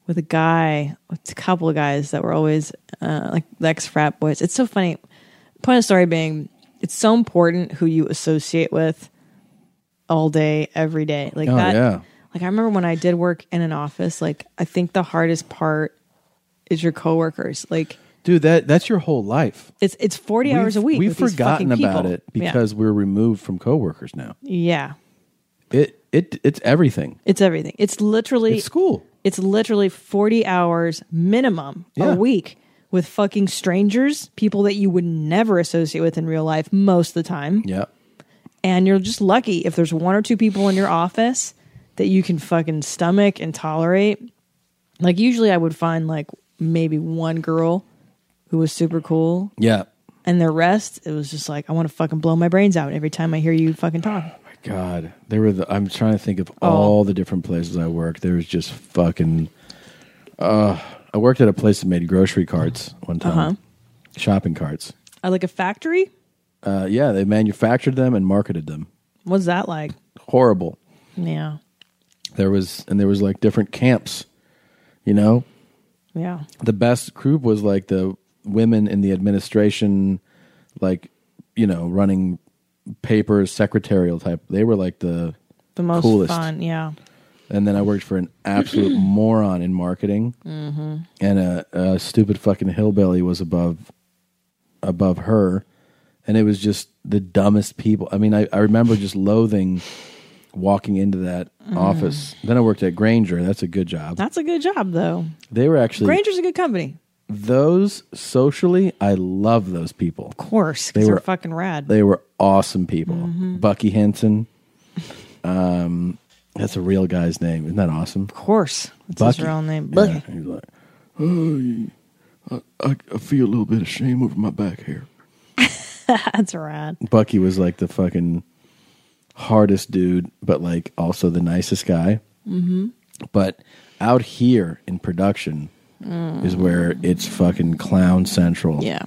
S1: with a guy, with a couple of guys that were always uh, like ex frat boys. It's so funny. Point of story being, it's so important who you associate with all day, every day. Like
S2: Oh,
S1: that.
S2: yeah.
S1: Like I remember when I did work in an office. Like I think the hardest part is your coworkers. Like
S2: Dude, that that's your whole life.
S1: it's it's 40 hours a week.
S2: We've
S1: with these
S2: forgotten
S1: fucking
S2: about
S1: people.
S2: it
S1: Yeah.
S2: because we're removed from coworkers now.
S1: yeah.
S2: It it it's everything.
S1: It's everything. It's literally
S2: It's school.
S1: It's literally 40 hours minimum
S2: Yeah.
S1: a week with fucking strangers, people that you would never associate with in real life most of the time.
S2: Yeah.
S1: And you're just lucky if there's one or two people in your office that you can fucking stomach and tolerate. Like usually I would find like maybe one girl who was super cool
S2: Yeah.
S1: and the rest it was just like I want to fucking blow my brains out every time I hear you fucking talk.
S2: My God. There were the, I'm trying to think of all the different places I worked. There was just fucking uh, I worked at a place that made grocery carts one time,
S1: Uh-huh.
S2: shopping carts.
S1: I like a factory.
S2: Uh, yeah, they manufactured them and marketed them.
S1: What's that like?
S2: Horrible.
S1: Yeah,
S2: There was and there was like different camps. You know,
S1: yeah.
S2: the best group was like the women in the administration, like you know, running papers, secretarial type. They were like the
S1: The most
S2: Coolest.
S1: fun. Yeah,
S2: and then I worked for an absolute moron in marketing, and a, a stupid fucking hillbilly was above above her, and it was just the dumbest people. I mean, I, I remember just loathing walking into that office. Then I worked at Granger. That's a good job.
S1: that's a good job though.
S2: They were actually
S1: Granger's a good company,
S2: those socially. I love those people.
S1: of course, because
S2: They
S1: they are
S2: were-
S1: fucking rad.
S2: They were awesome people. Bucky Henson. Um, that's a real guy's name. Isn't that awesome?
S1: of course, that's his
S2: Bucky.
S1: real name.
S2: Yeah,
S1: Bucky.
S2: He's like, oh, I, I feel a little bit of shame over my back hair.
S1: That's rad.
S2: Bucky was like the fucking hardest dude, but like also the nicest guy. Mm-hmm. But out here in production is where it's fucking clown central.
S1: Mm. Yeah.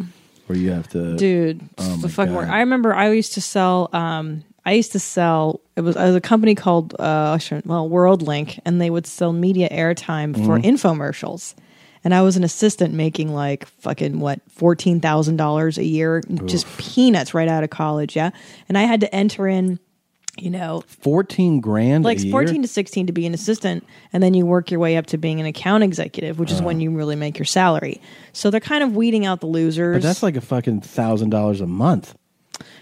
S2: Where you have to.
S1: dude
S2: Oh
S1: the
S2: my
S1: fucking
S2: God.
S1: work. i remember i used to sell um i used to sell it was, it was a company called uh I shouldn't- well world link and they would sell media airtime for
S2: Mm-hmm.
S1: infomercials and i was an assistant making like fucking what $14000 a year just peanuts right out of college yeah and i had to enter in you know
S2: 14 grand
S1: like
S2: a year?
S1: 14 to 16 to be an assistant and then you work your way up to being an account executive which is
S2: Oh.
S1: when you really make your salary so they're kind of weeding out the losers
S2: But that's like a fucking thousand dollars a month.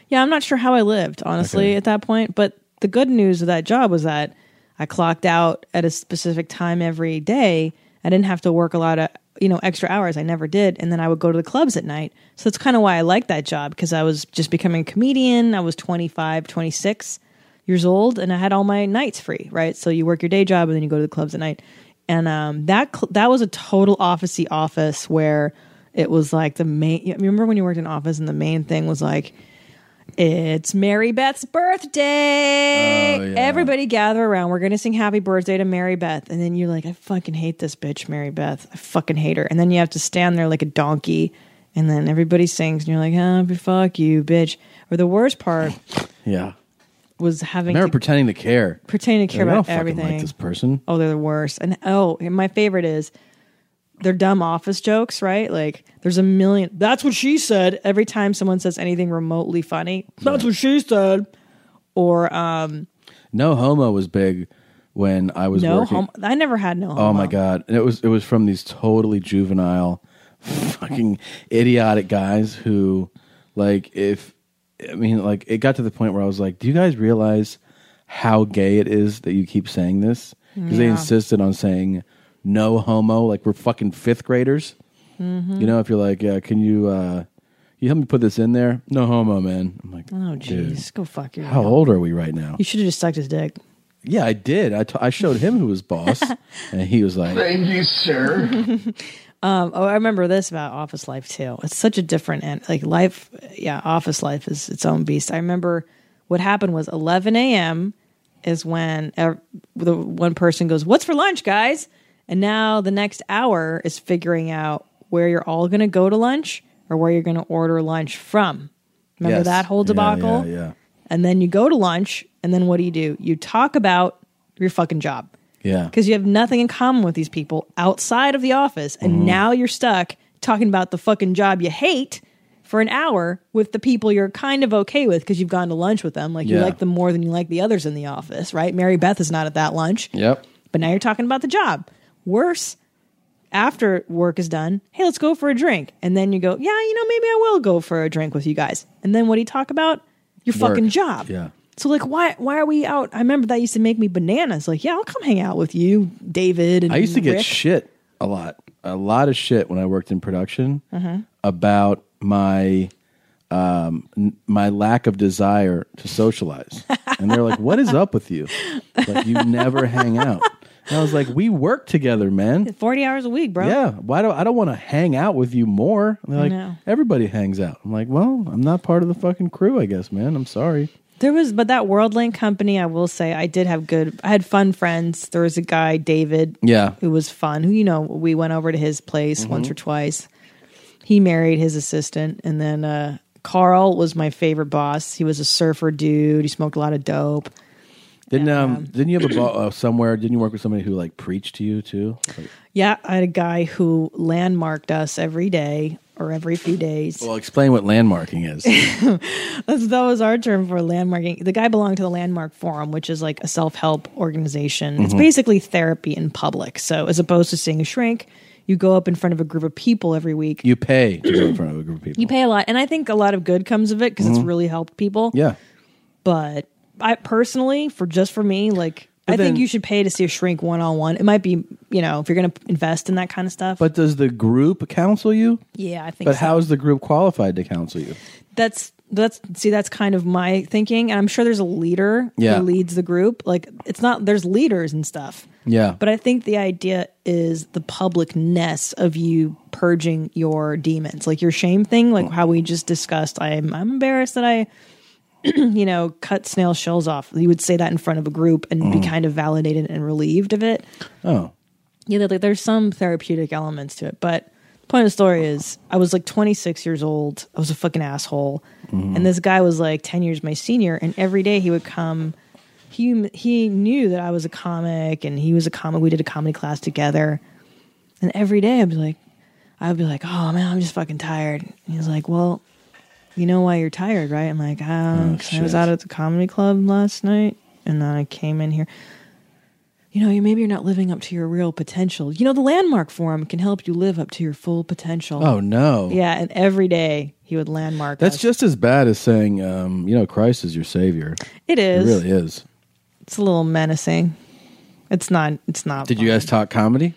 S1: Yeah, I'm not sure how I lived, honestly,
S2: Okay.
S1: at that point. But the good news of that job was that I clocked out at a specific time every day. I didn't have to work a lot of, you know, extra hours. I never did. And then I would go to the clubs at night. So that's kind of why I liked that job because I was just becoming a comedian. I was 25, 26 years old and I had all my nights free, right? So you work your day job and then you go to the clubs at night. And um, that cl- that was a total officey office where it was like the main. you Remember when you worked in office and the main thing was like, it's Mary Beth's birthday.
S2: Oh, yeah.
S1: Everybody gather around. We're going to sing happy birthday to Mary Beth. And then you're like, I fucking hate this bitch, Mary Beth. I fucking hate her. And then you have to stand there like a donkey. And then everybody sings and you're like, happy fuck you, bitch. Or the worst part
S2: Yeah.
S1: was having
S2: Never
S1: to
S2: pretending to care.
S1: pretend to care
S2: Like, I don't
S1: about
S2: fucking
S1: everything.
S2: like this person.
S1: Oh, they're the worst. And oh, and my favorite is they're dumb office jokes, right? Like there's a million. That's what she said. Every time someone says anything remotely funny, that's what she said. Or um,
S2: No homo was big when I was
S1: no,
S2: working.
S1: homo. I never had no. Homo.
S2: Oh my god! And it was it was from these totally juvenile, fucking idiotic guys who, like, if I mean, like, it got to the point where I was like, "Do you guys realize how gay it is that you keep saying this?" Because they
S1: Yeah.
S2: insisted on saying "no homo," like we're fucking fifth graders.
S1: Mm-hmm.
S2: You know, if you're like, uh, "Can you, uh, you help me put this in there?" No homo, man. I'm like,
S1: Oh
S2: "Dude,
S1: jeez, go fuck your.
S2: How old are we right now?
S1: You should have just sucked his dick.
S2: Yeah, I did. I, t- I showed him who was boss, and he was like,
S7: Thank you, sir.
S1: Oh, I remember this about office life too. It's such a different and like life. Yeah, office life is its own beast. I remember what happened was 11 a.m. is when ev- the one person goes, "What's for lunch, guys?" And now the next hour is figuring out where you're all going to go to lunch or where you're going to order lunch from. Remember
S2: Yes.
S1: that whole
S2: Yeah, Yeah,
S1: debacle?
S2: yeah,
S1: And then you go to lunch, and then what do you do? You talk about your fucking job
S2: yeah.
S1: because you have nothing in common with these people outside of the office and
S2: Mm-hmm.
S1: now you're stuck talking about the fucking job you hate for an hour with the people you're kind of okay with because you've gone to lunch with them like you
S2: Yeah.
S1: like them more than you like the others in the office right mary beth is not at that lunch
S2: Yep.
S1: but now you're talking about the job worse after work is done hey let's go for a drink and then you go yeah you know maybe i will go for a drink with you guys and then what do you talk about your
S2: Work.
S1: fucking job
S2: Yeah.
S1: so like why why are we out? I remember that used to make me bananas. Like yeah, I'll come hang out with you, David. And
S2: I used to get
S1: Rick.
S2: shit a lot, a lot of shit when I worked in production
S1: Mm-hmm.
S2: about my um, n- my lack of desire to socialize. and they're like, "What is up with you? Like you never hang out." And I was like, "We work together, man.
S1: forty hours a week, bro.
S2: Yeah, why do I don't want to hang out with you more?" And they're like,
S1: know.
S2: "Everybody hangs out." I'm like, "Well, I'm not part of the fucking crew, I guess, man. I'm sorry."
S1: There was, but that Worldlink company, I will say, I did have good. I had fun friends. There was a guy, David,
S2: Yeah.
S1: who was fun. Who you know, we went over to his place once or twice. He married his assistant, and then uh, Carl was my favorite boss. He was a surfer dude. He smoked a lot of dope.
S2: Didn't um didn't you have a bo- uh, somewhere? Didn't you work with somebody who like preached to you too? Like,
S1: Yeah, I had a guy who landmarked us every day or every few days.
S2: well, explain what landmarking is.
S1: That's, that was our term for landmarking. The guy belonged to the Landmark Forum, which is like a self help organization. It's basically therapy in public. So, as opposed to seeing a shrink, you go up in front of a group of people every week. You,
S2: you pay to go in front of a group of people.
S1: pay a lot. And I think a lot of good comes of it because it's really helped people.
S2: Yeah.
S1: But I personally, for just for me, like, I
S2: then-
S1: think you should pay to see a shrink one on one. It might be, you know, if you're going to invest in that kind of stuff.
S2: But does the group counsel you?
S1: yeah, I think
S2: But
S1: so.
S2: how is the group qualified to counsel you?
S1: that's that's see that's kind of my thinking and i'm sure there's a leader
S2: Yeah.
S1: who leads the group like it's not there's leaders and stuff
S2: Yeah.
S1: but i think the idea is the publicness of you purging your demons like your shame thing like how we just discussed i'm i'm embarrassed that i you know cut snail shells off you would say that in front of a group and be kind of validated and relieved of it
S2: Mm-hmm. oh.
S1: yeah, like there's some therapeutic elements to it, but the point of the story is I was like 26 years old. I was a fucking asshole,
S2: Mm-hmm.
S1: and this guy was like 10 years my senior, and every day he would come. He he knew that I was a comic, and he was a comic. We did a comedy class together, and every day I'd be like, I'd be like, oh man, I'm just fucking tired. And he's like, well, you know why you're tired, right? I'm like, um,
S2: Oh,
S1: 'cause I was out at the comedy club last night, and then I came in here you know, you maybe you're not living up to your real potential. You know, the landmark forum can help you live up to your full potential.
S2: Oh no.
S1: yeah, and every day he would landmark.
S2: That's
S1: us.
S2: just as bad as saying, um, you know, Christ is your savior.
S1: it
S2: It
S1: is.
S2: really is.
S1: It's a little menacing. It's not. It's not.
S2: Did you guys talk comedy?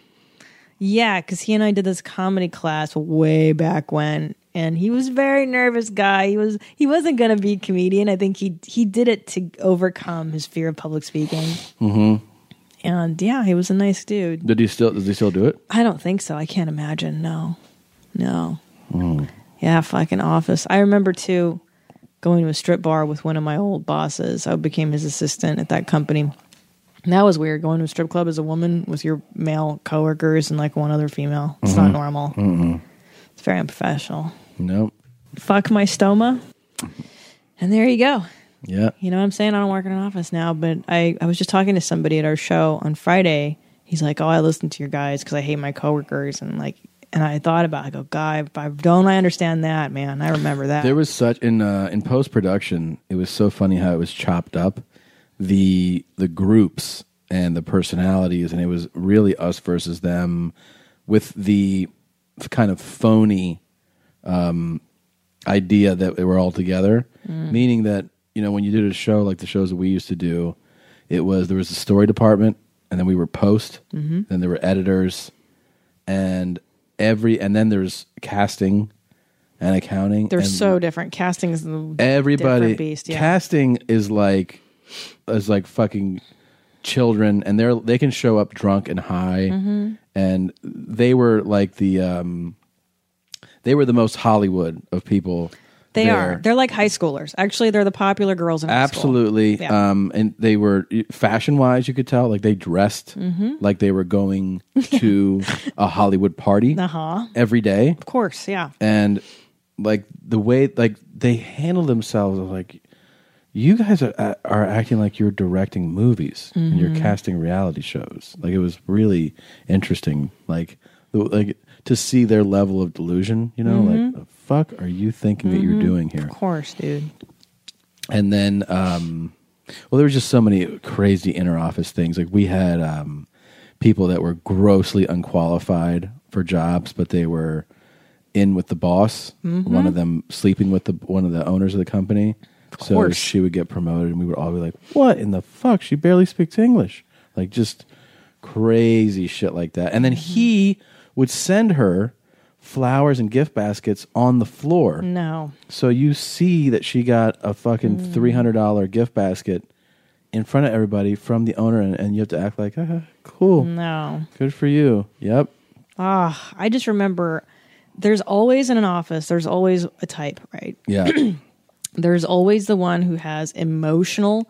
S1: Yeah, because he and I did this comedy class way back when, and he was a very nervous guy. He was he wasn't gonna be a comedian. I think he he did it to overcome his fear of public speaking. Mm-hmm. And yeah, he was a nice dude.
S2: Did he still? Does he still do it?
S1: I don't think so. I can't imagine. No, no. Yeah, fucking office. I remember too going to a strip bar with one of my old bosses. I became his assistant at that company. And that was weird. Going to a strip club as a woman with your male coworkers and like one other female. It's not normal. It's very unprofessional.
S2: No.
S1: Fuck my stoma. And there you go.
S2: Yeah.
S1: You know what I'm saying? I don't work in an office now, but I, I was just talking to somebody at our show on Friday. He's like, Oh, I listen to your guys because I hate my coworkers. And like, and I thought about it. I go, God, if I, don't I understand that, man? I remember that.
S2: There was such in uh, in post production. It was so funny how it was chopped up, the the groups and the personalities, and it was really us versus them, with the kind of phony um, idea that we were all together.
S1: Mm.
S2: Meaning that you know when you did a show like the shows that we used to do, it was there was a story department, and then we were post,
S1: Mm-hmm.
S2: then there were editors, and every and then there's casting. And accounting.
S1: They're
S2: and
S1: so different. Casting is the
S2: everybody
S1: different beast. Yeah.
S2: casting is like is like fucking children and they're they can show up drunk and high
S1: Mm-hmm.
S2: and they were like the um they were the most hollywood of people
S1: they
S2: there.
S1: are. They're like high schoolers. Actually, they're the popular girls in high school.
S2: absolutely
S1: Yeah.
S2: um and they were fashion wise you could tell like they dressed
S1: Mm-hmm.
S2: like they were going to a hollywood party
S1: Uh-huh.
S2: every day
S1: Of course. Yeah.
S2: and like the way like they handle themselves I was like you guys are are acting like you're directing movies and you're casting reality shows like it was really interesting like the- like to see their level of delusion you know like the fuck are you thinking that you're doing here
S1: Of course, dude.
S2: and then um well there were just so many crazy inner office things like we had um people that were grossly unqualified for jobs but they were in with the boss one of them sleeping with the one of the owners of the company so
S1: course.
S2: she would get promoted and we would all be like what in the fuck she barely speaks english like just crazy shit like that and then he would send her flowers and gift baskets on the floor
S1: No.
S2: so you see that she got a fucking three hundred dollar gift basket in front of everybody from the owner, and, and you have to act like, ah, cool,
S1: No.
S2: good for you. Yep,
S1: I just remember there's always in an office, there's always a type, right?
S2: yeah,
S1: there's always the one who has emotional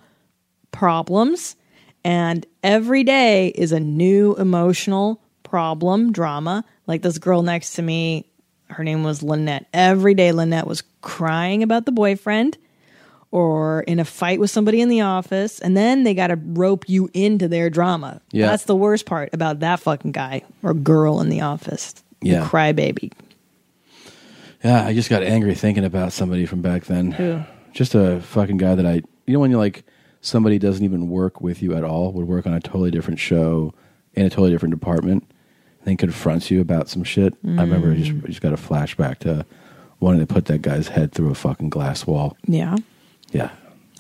S1: problems, and every day is a new emotional problem drama. Like this girl next to me, her name was Lynette. Every day, Lynette was crying about the boyfriend or in a fight with somebody in the office, and then they got to rope you into their drama.
S2: Yeah.
S1: That's the worst part about that fucking guy or girl in the office. The
S2: Yeah.
S1: Crybaby.
S2: Yeah, I just got angry thinking about somebody from back then. Just a fucking guy that I, you know, when you like somebody doesn't even work with you at all, would work on a totally different show in a totally different department, and then confronts you about some shit. I remember I just, I just got a flashback to wanting to put that guy's head through a fucking glass wall.
S1: Yeah.
S2: Yeah.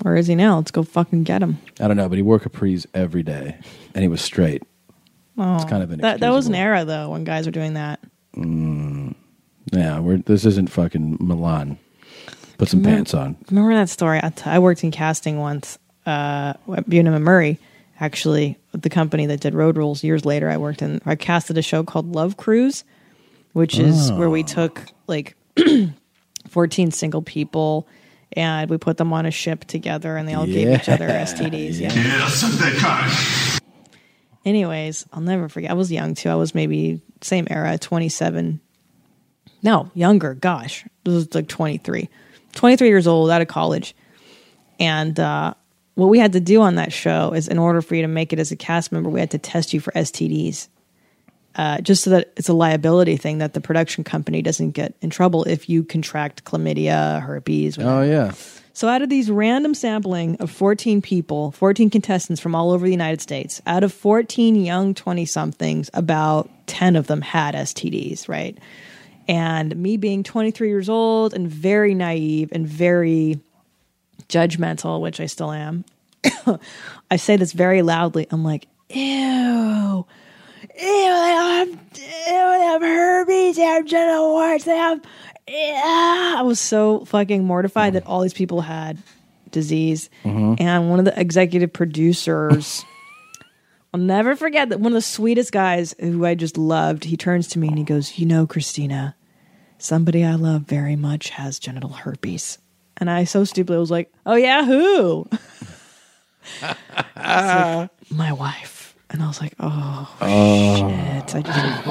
S1: Where is he now? Let's go fucking get him.
S2: I don't know, but he wore capris every day, and he was straight.
S1: Oh,
S2: It's kind of
S1: that, that was an
S2: inexcusable.
S1: era though when guys were doing that.
S2: Yeah, we're, this isn't fucking Milan. Put some
S1: Remember-
S2: pants on.
S1: Remember that story? I, t- I worked in casting once uh, at Bunim and Murray, actually, the company that did Road Rules. Years later, I worked in. I casted a show called Love Cruise, which is where we took like fourteen single people and we put them on a ship together, and they all gave each other STDs. Yeah.
S8: Yeah, suck that cock.
S1: Anyways, I'll never forget. I was young too. I was maybe same era, 27. No, younger. Gosh, this was like 23. 23 years old out of college. And uh, what we had to do on that show is in order for you to make it as a cast member, we had to test you for STDs. Uh, just so that it's a liability thing that the production company doesn't get in trouble if you contract chlamydia, herpes, whatever.
S2: Oh yeah,
S1: So, out of these random sampling of 14 people, 14 contestants from all over the United States, out of 14 young 20 somethings, about 10 of them had STDs, right? And me being 23 years old and very naive and very judgmental, which I still am, I say this very loudly. I'm like, ew. Ew, they all have, ew, they have herpes, they have genital warts, they have. Yeah. I was so fucking mortified that all these people had disease. And one of the executive producers, I'll never forget that one of the sweetest guys who I just loved, he turns to me and he goes, You know, Christina, somebody I love very much has genital herpes. And I so stupidly was like, Oh, yeah, who? It's like, my wife. And I was like, oh, shit. I just.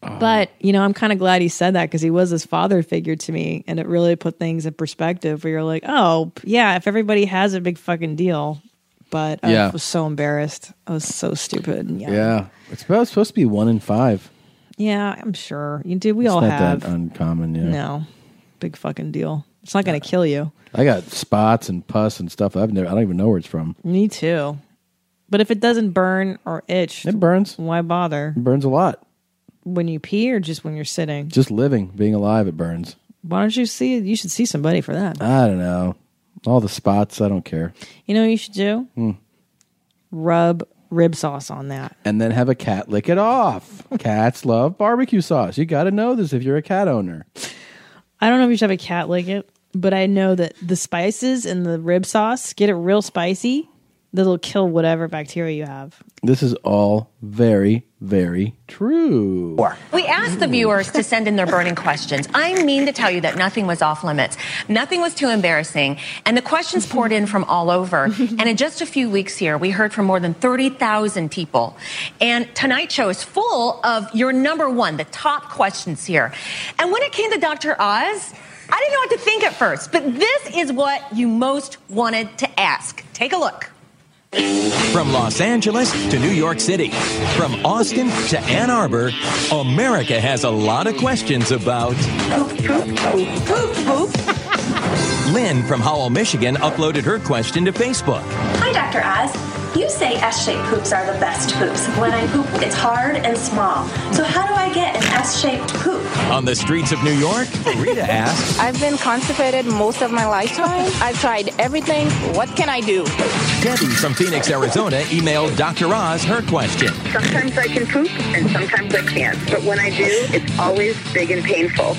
S1: But, you know, I'm kind of glad he said that because he was this father figure to me. And it really put things in perspective where you're like, oh, yeah, if everybody has a big fucking deal. But I
S2: Yeah.
S1: was so embarrassed. I was so stupid. And yeah.
S2: yeah. It's about, supposed to be one in five.
S1: Yeah, I'm sure. You do. We
S2: It's
S1: all
S2: not
S1: have.
S2: that uncommon. Yeah.
S1: no, big fucking deal. It's not going to kill you.
S2: I got spots and pus and stuff. I've never. I don't even know where it's from.
S1: Me too. But if it doesn't burn or itch,
S2: It burns. It
S1: why bother?
S2: burns a lot.
S1: when you pee or just when you're sitting?
S2: Just living, being alive, it burns.
S1: Why don't you see? You should see somebody for that.
S2: I don't know. All the spots, I don't care.
S1: You know what you should do? Rub rib sauce on that.
S2: And then have a cat lick it off. Cats love barbecue sauce. You got to know this if you're a cat owner.
S1: I don't know if you should have a cat lick it, but I know that the spices and the rib sauce get it real spicy. That'll kill whatever bacteria you have.
S2: This is all very, very true.
S9: We asked the viewers to send in their burning questions. I mean to tell you that nothing was off limits. Nothing was too embarrassing. And the questions poured in from all over. And in just a few weeks here, we heard from more than 30,000 people. And tonight's show is full of your number one, the top questions here. And when it came to Dr. Oz, I didn't know what to think at first, but this is what you most wanted to ask. Take a look.
S10: From Los Angeles to New York City, from Austin to Ann Arbor, America has a lot of questions about. Lynn from Howell, Michigan uploaded her question to Facebook.
S9: Hi, Dr. Oz. You say S shaped poops are the best poops. When I poop, it's hard and small. So, how do I get an S shaped poop?
S10: On the streets of New York, Rita asked,
S9: I've been constipated most of my lifetime. I've tried everything. What can I do?
S10: Debbie from Phoenix, Arizona emailed Dr. Oz her question.
S9: Sometimes I can poop and sometimes I can't. But when I do, it's always big and painful.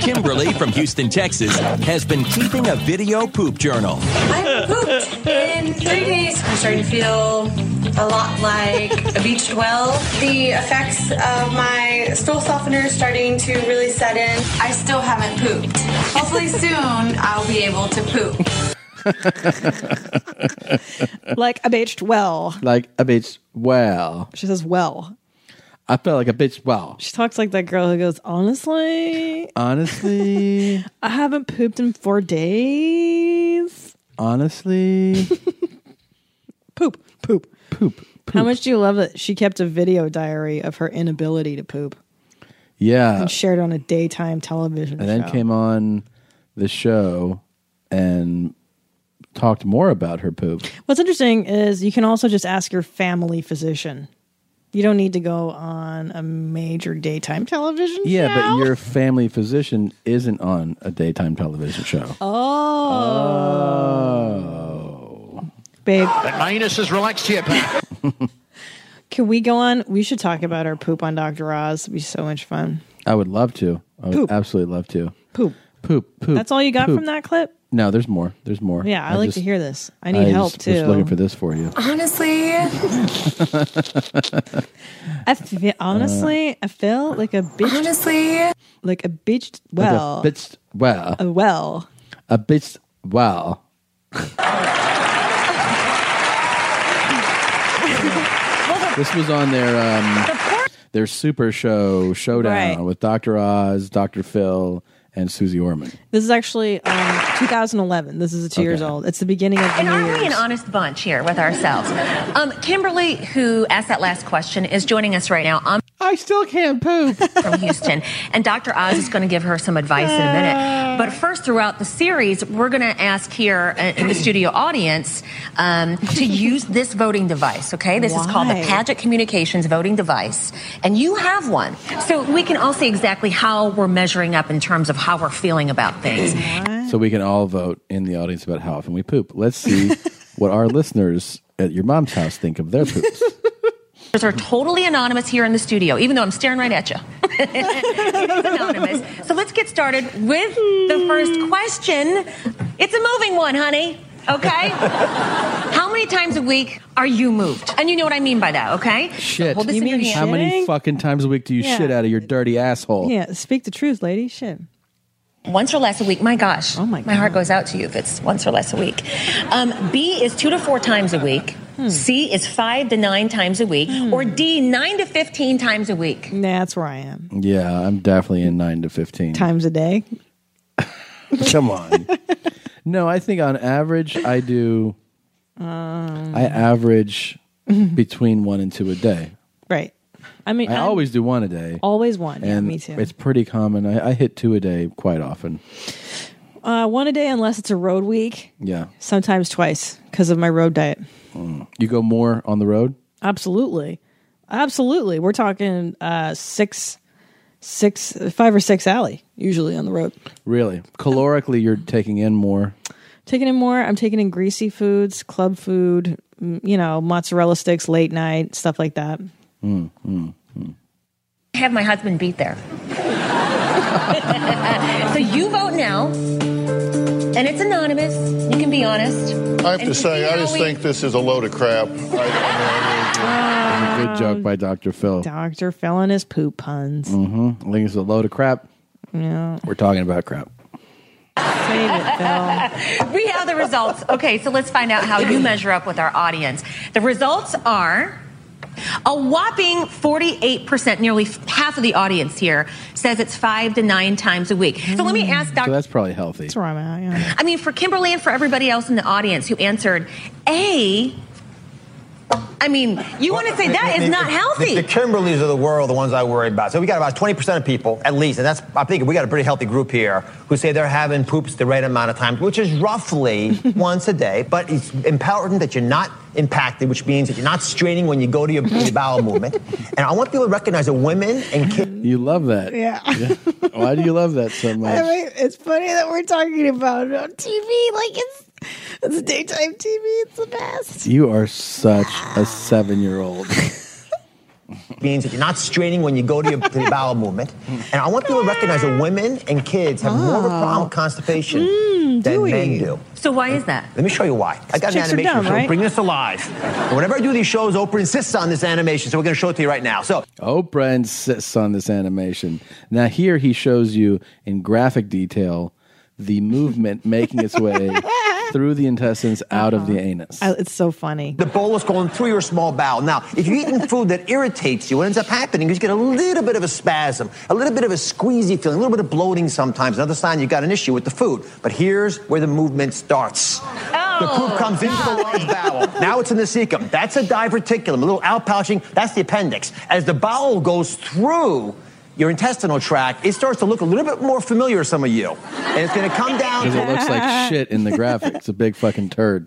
S10: Kimberly from Houston, Texas has been keeping a video poop journal.
S9: I haven't pooped in three days. I'm starting to feel
S11: a lot like a beach dwell. The effects of my stool softener is starting to really set in. I still haven't pooped. Hopefully soon I'll be able to poop.
S1: like a bitch well.
S2: Like a bitch well.
S1: She says well.
S2: I felt like a bitch well.
S1: She talks like that girl who goes, honestly,
S2: Honestly,
S1: I haven't pooped in four days.
S2: honestly.
S1: Poop, poop,
S2: poop,
S1: How much do you love that she kept a video diary of her inability to poop
S2: Yeah.
S1: and shared on a daytime television
S2: Uh, and then
S1: show?
S2: came on the show and talked more about her poop.
S1: What's interesting is you can also just ask your family physician. You don't need to go on a major daytime television
S2: Yeah,
S1: show.
S2: but your family physician isn't on a daytime television show.
S1: Oh. Babe,
S12: That minus is relaxed here, pal.
S1: can we go on? We should talk about our poop on Dr. Oz. It'd be so much fun.
S2: I would love to. I would
S1: Poop.
S2: absolutely love to.
S1: Poop.
S2: Poop, poop.
S1: That's all you got
S2: poop.
S1: from that clip?
S2: No, there's more. There's more.
S1: Yeah, I, like
S2: just-
S1: to hear this. I need help
S2: just
S1: too.
S2: Was looking for this for you.
S11: Honestly,
S1: I feel, honestly, I feel like a bitch.
S11: Honestly,
S1: like a bitch. Well,
S2: like a bitch, well,
S1: a well.
S2: a bitch, well. this was on their um, their super show showdown
S1: Right.
S2: with Dr. Oz, Dr. Phil, and Susie Orman.
S1: This is actually um, 2011. This is two years old. It's the beginning of the
S9: And
S1: New
S9: aren't we
S1: Year's.
S9: an honest bunch here with ourselves? Um, Kimberly, who asked that last question, is joining us right now. I'm
S2: I still can't poop.
S9: From Houston. And Dr. Oz is going to give her some advice in a minute. But first, throughout the series, we're going to ask here uh, in the studio audience um, to use this voting device, okay? This is called the
S11: Why?
S9: Paget Communications voting device. And you have one. So we can all see exactly how we're measuring up in terms of how we're feeling about things.
S2: So we can all vote in the audience about how often we poop. Let's see what our listeners at your mom's house think of their poops.
S9: Those are totally anonymous here in the studio, even though I'm staring right at you. It's anonymous. So let's get started with the first question. It's a moving one, honey. Okay? How many times a week are you moved? And you know what I mean by that, okay?
S2: shit.
S9: Hold this in your hand.
S2: how many fucking times a week do you
S9: Yeah.
S2: shit out of your dirty asshole?
S1: yeah, speak the truth, lady. Shit.
S9: Once or less a week. My gosh. Oh my, my heart goes out to you if it's once or less a week. Um, B is two to four times a week.
S2: Hmm.
S9: C is five to nine times a week. Or D, nine to 15 times a week.
S1: That's where I am.
S2: Mm. Yeah, I'm definitely in nine to fifteen.
S1: Times a day.
S2: Come on. no, I think on average I do.
S1: Um,
S2: I average between one and two a day.
S1: right. I mean,
S2: I
S1: I'm
S2: always do one a day.
S1: always one. Yeah,
S2: and
S1: me too.
S2: It's pretty common. I, I hit two a day quite often.
S1: Uh, one a day, unless it's a road week.
S2: Yeah.
S1: Sometimes twice because of my road diet.
S2: Mm. You go more on the road?
S1: Absolutely, absolutely. We're talking uh, six, six, five or six alley usually on the road.
S2: Really? Calorically, you're taking in more.
S1: Taking in more. I'm taking in greasy foods, club food. m- You know, mozzarella sticks, late night stuff like that.
S2: Mm, mm, mm.
S9: I have my husband beat there. so you vote now, and it's anonymous. You can be honest.
S13: I have to say, I just think this is a load of crap.
S2: That's a
S1: Uh,
S2: good joke by Dr. Phil.
S1: Doctor Phil and his poop puns.
S2: hmm I think it's a load of crap.
S1: Yeah.
S2: We're talking about crap.
S9: we have the results. Okay, so let's find out how you measure up with our audience. The results are a whopping 48%, nearly f- half of the audience here says it's five to nine times a week. So let me ask
S2: So
S9: Dr.
S2: that's probably healthy.
S1: That's where I'm at. Yeah.
S9: I mean, for Kimberly and for everybody else in the audience who answered A, I mean, you want to say that
S14: The-
S9: is
S14: the-
S9: not
S14: the-
S9: healthy.
S14: The, Kimberleys of the world, the ones I worry about. So we got about 20% of people, at least, and that's, I'm thinking we got a pretty healthy group here, who say they're having poops the right amount of times, which is roughly once a day, but it's important that you're not impacted, which means that you're not straining when you go to your, your bowel movement. And I want people to recognize that women and kids.
S2: You love that.
S1: Yeah.
S2: Why do you love that so much?
S1: I mean, it's funny that we're talking about it on TV. Like it's it's daytime TV. It's the best.
S2: You are such a seven year old.
S14: means that you're not straining when you go to your, to your bowel movement. And I want people to recognize that women and kids have more of a
S9: Oh.
S14: problem with constipation than men do.
S9: So why is that?
S14: Let me show you why. I got
S9: Mm,
S14: an
S9: Chicks are
S14: animation
S9: dumb,
S14: show.
S9: right?
S14: Bring this alive. And whenever I do these shows, Oprah insists on this animation, so we're going to show it to you right now. So
S2: Oprah insists on this animation. Now, here he shows you in graphic detail the movement making its way through the intestines out of the anus.
S1: I, it's so funny.
S14: The bolus going through your small bowel. Now, if you're eating food that irritates you, what ends up happening is you get a little bit of a spasm, a little bit of a squeezy feeling, a little bit of bloating sometimes. Another sign you've got an issue with the food. But here's where the movement starts. the poop comes into the large bowel. Now it's in the cecum. That's a diverticulum, a little outpouching. That's the appendix. As the bowel goes through your intestinal tract, it starts to look a little bit more familiar to some of you. And it's going to come down.
S2: Because it looks like shit in the graphic. It's a big fucking turd.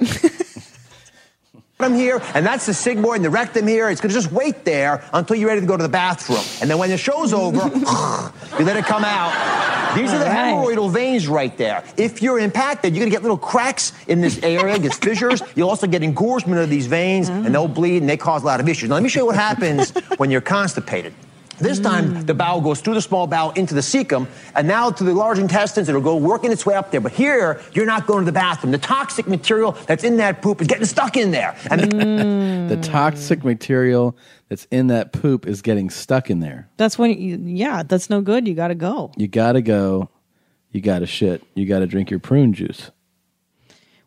S14: bottom here, and that's the sigmoid and the rectum here. It's gonna just wait there until you're ready to go to the bathroom. And then when the show's over, you let it come out. These are the hemorrhoidal veins right there. If you're impacted, you're gonna get little cracks in this area, gets fissures. You'll also get engorgement of these veins, and they'll bleed and they cause a lot of issues. Now, let me show you what happens when you're constipated. This time, the bowel goes through the small bowel into the cecum, and now to the large intestines, it'll go working its way up there. But here, you're not going to the bathroom. The toxic material that's in that poop is getting stuck in there. And the-
S2: the toxic material that's in that poop is getting stuck in there.
S1: That's when, you, yeah, that's no good. You got to go.
S2: You gotta go. You gotta shit. You gotta drink your prune juice.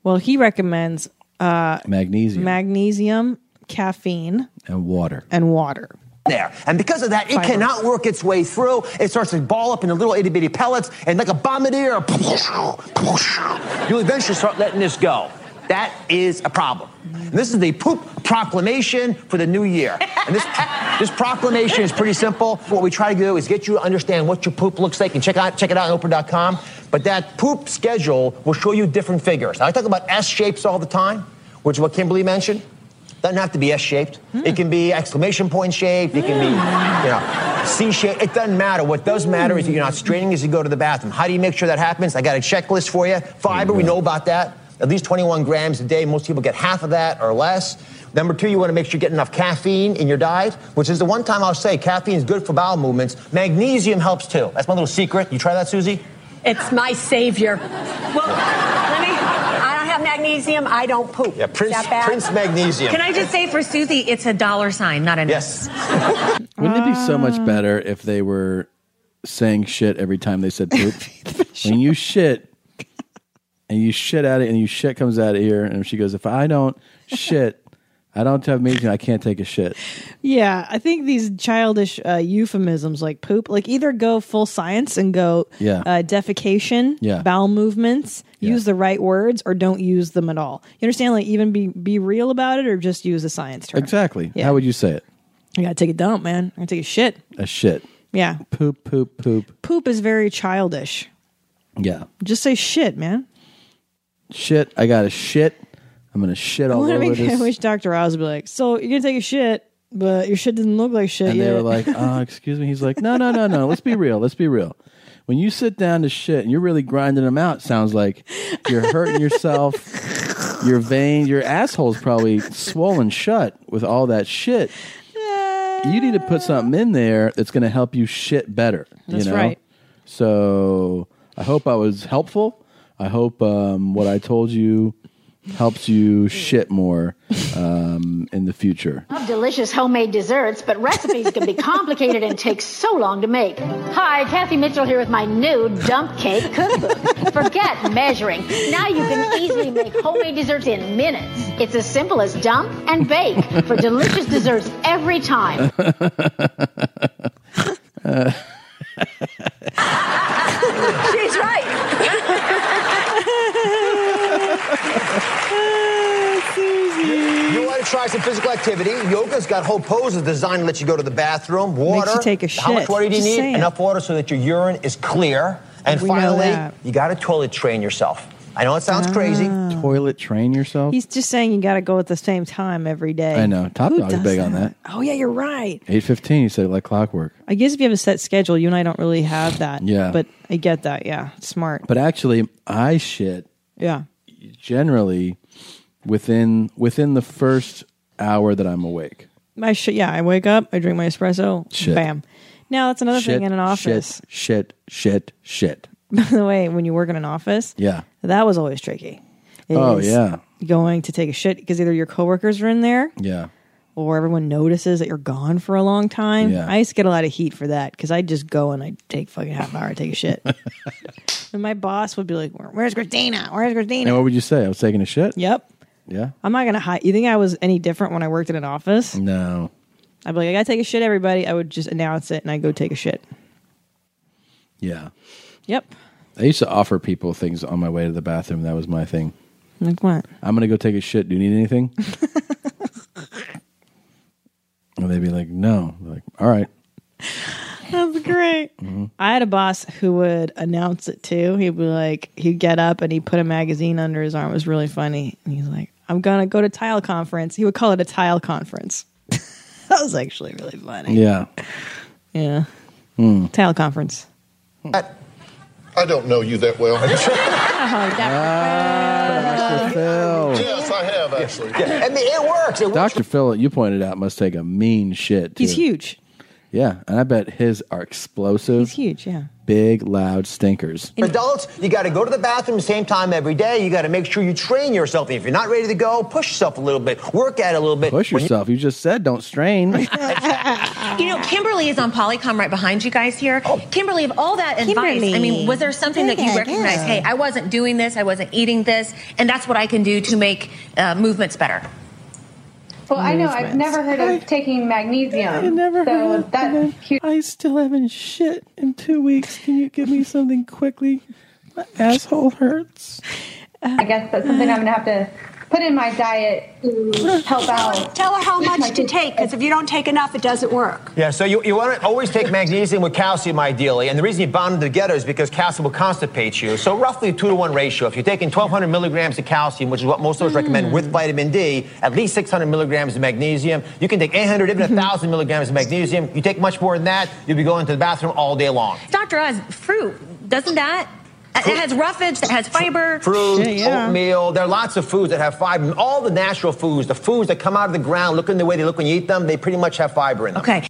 S1: Well, he recommends uh,
S2: Magnesium
S1: magnesium, caffeine,
S2: and water.
S1: and water.
S14: there. And because of that, it
S1: Fiber.
S14: cannot work its way through. It starts to ball up into little itty bitty pellets, and like a bombardier, you'll eventually start letting this go. That is a problem. And this is the poop proclamation for the new year. And this, this proclamation is pretty simple. What we try to do is get you to understand what your poop looks like and check, out, check it out on Oprah.com. But that poop schedule will show you different figures. Now, I talk about S shapes all the time, which is what Kimberly mentioned. Doesn't have to be S shaped. It can be exclamation point shaped. It can be, you know, C shaped. It doesn't matter. What does matter is that you're not straining as you go to the bathroom. How do you make sure that happens? I got a checklist for you. Fiber, we know about that. At least 21 grams a day. Most people get half of that or less. Number two, you want to make sure you get enough caffeine in your diet, which is the one time I'll say caffeine is good for bowel movements. Magnesium helps too. That's my little secret. You try that, Susie?
S15: It's my savior. Well, let me. I don't have magnesium. I don't poop.
S14: Yeah, Prince, Prince Magnesium.
S9: Can I just say for Susie, it's a dollar sign, not a
S14: yes.
S2: Wouldn't it be so much better if they were saying shit every time they said poop? when you shit and you shit at it and you shit comes out of here and she goes, If I don't shit, I don't have meeting, I can't take a shit.
S1: Yeah, I think these childish uh, euphemisms like poop, like either go full science and go
S2: Yeah.
S1: uh, defecation,
S2: Yeah.
S1: bowel movements, use the right words, or don't use them at all. You understand? Like even be be real about it, or just use a science term.
S2: Exactly.
S1: Yeah.
S2: How would you say it?
S1: I gotta take a dump, man. I gotta take a shit.
S2: A shit.
S1: Yeah,
S2: Poop, poop, poop.
S1: poop is very childish.
S2: Yeah.
S1: Just say shit, man.
S2: Shit. I got a shit. I'm gonna shit
S1: I,
S2: all
S1: wonder
S2: over
S1: if- I
S2: this.
S1: wish Doctor Oz would be like, "So you're gonna take a shit, but your shit doesn't look like shit
S2: And
S1: yet."
S2: they were like, uh, excuse me. He's like, no, no, no, no. Let's be real. Let's be real. When you sit down to shit and you're really grinding them out, sounds like you're hurting yourself. Your vein, your asshole's probably swollen shut with all that shit. You need to put something in there that's going to help you shit better.
S1: That's
S2: you know?
S1: right.
S2: So I hope I was helpful. I hope um, what I told you helps you shit more um, in the future.
S1: Uh-huh.
S16: Love delicious homemade desserts, but recipes can be complicated and take so long to make. Hi, Kathy Mitchell here with my new dump cake cookbook. Forget measuring. Now you can easily make homemade desserts in minutes. It's as simple as dump and bake for delicious desserts every time.
S2: Uh,
S15: She's right.
S14: You want to try some physical activity. Yoga's got whole poses designed to let you go to the bathroom. Water.
S1: you take a
S14: How much
S1: shit.
S14: water do you
S1: Just
S14: need?
S1: saying.
S14: Enough water so that your urine is clear. And
S1: We know
S14: finally,
S1: that. Ah.
S14: you got to toilet train yourself. I know it sounds crazy.
S2: Toilet train yourself?
S1: He's just saying you got to go at the same time every day.
S2: I know. Top
S1: Who
S2: Dog is
S1: does
S2: big on that.
S1: Oh yeah, you're right.
S2: Eight fifteen. You said like clockwork.
S1: I guess if you have a set schedule, you and I don't really have that.
S2: Yeah.
S1: but I get that. Yeah, It's smart.
S2: But actually, I shit
S1: Yeah,
S2: generally within within the first hour that I'm awake.
S1: I sh- yeah, I wake up, I drink my espresso,
S2: Shit.
S1: bam. Now that's another
S2: shit,
S1: thing in an office.
S2: Shit, shit, shit, shit.
S1: By the way, when you work in an office,
S2: Yeah.
S1: that was always tricky. It
S2: Oh,
S1: is
S2: yeah.
S1: going to take a shit because either your coworkers are in there
S2: Yeah.
S1: or everyone notices that you're gone for a long time.
S2: Yeah.
S1: I used to get a lot of heat for that because I'd just go and I'd take fucking half hour, take a shit. and my boss would be like, "Where- Where's Christina? Where's Christina?
S2: And what would you say? I was taking a shit?
S1: Yep.
S2: Yeah.
S1: I'm not going to hide. You think I was any different when I worked in an
S2: Mm.
S1: office?
S2: No.
S1: I'd be like, I got to take a shit, everybody. I would just announce it and I'd go take a shit.
S2: Yeah.
S1: Yep.
S2: I used to offer people things on my way to the bathroom. That was my thing.
S1: Like what?
S2: I'm gonna go take a shit. Do you need anything? and they'd be like, "No." They're like, all right.
S1: That's great.
S2: Mm-hmm.
S1: I had a boss who would announce it too. He'd be like, he'd get up and he'd put a magazine under his arm. It was really funny. And he's like, I'm going to go to tile conference. He would call it a tile conference. that was actually really funny.
S2: Yeah. Hmm.
S1: Yeah. Tile conference.
S13: I don't know you that well.
S11: Uh-huh,
S2: Ah. Phil.
S1: Um,
S13: yes, I have actually.
S14: I mean, it works. It
S2: Dr. Phil, you pointed out, must take a mean shit. Too.
S1: He's huge.
S2: Yeah, and I bet his are explosive,
S1: He's huge. Yeah.
S2: big, loud stinkers.
S14: For adults, you got to go to the bathroom the same time every day. You got to make sure you train yourself. If you're not ready to go, push yourself a little bit, work at it a little bit.
S2: Push yourself. You just said don't strain.
S9: You know, Kimberly is on Polycom right behind you guys here.
S14: Oh.
S9: Kimberly, of all that advice, I mean, was there something that you
S15: Yeah,
S9: recognized?
S15: yeah.
S9: Hey, I wasn't doing this, I wasn't eating this, and that's what I can do to make uh, movements better.
S11: Well, I know I've never heard of taking magnesium. I never so heard of that.
S2: I still haven't shit in two weeks. Can you give me something quickly? My asshole hurts.
S11: I guess that's something I'm gonna have to put in my diet to help out.
S15: Tell her how much to take, because if you don't take enough, it doesn't work.
S14: Yeah, so you, you want to always take magnesium with calcium ideally, and the reason you bond them together is because calcium will constipate you. So roughly a two to one ratio. If you're taking 1,200 milligrams of calcium, which is what most of us recommend with vitamin D, at least 600 milligrams of magnesium. You can take 800, even 1,000 milligrams of magnesium. You take much more than that, you'll be going to the bathroom all day long.
S9: Dr. Oz, fruit, doesn't that? It has roughage, it has fiber.
S14: Fruit, oatmeal. There are lots of foods that have fiber. All the natural foods, the foods that come out of the ground, looking the way they look when you eat them, they pretty much have fiber in them.
S9: Okay.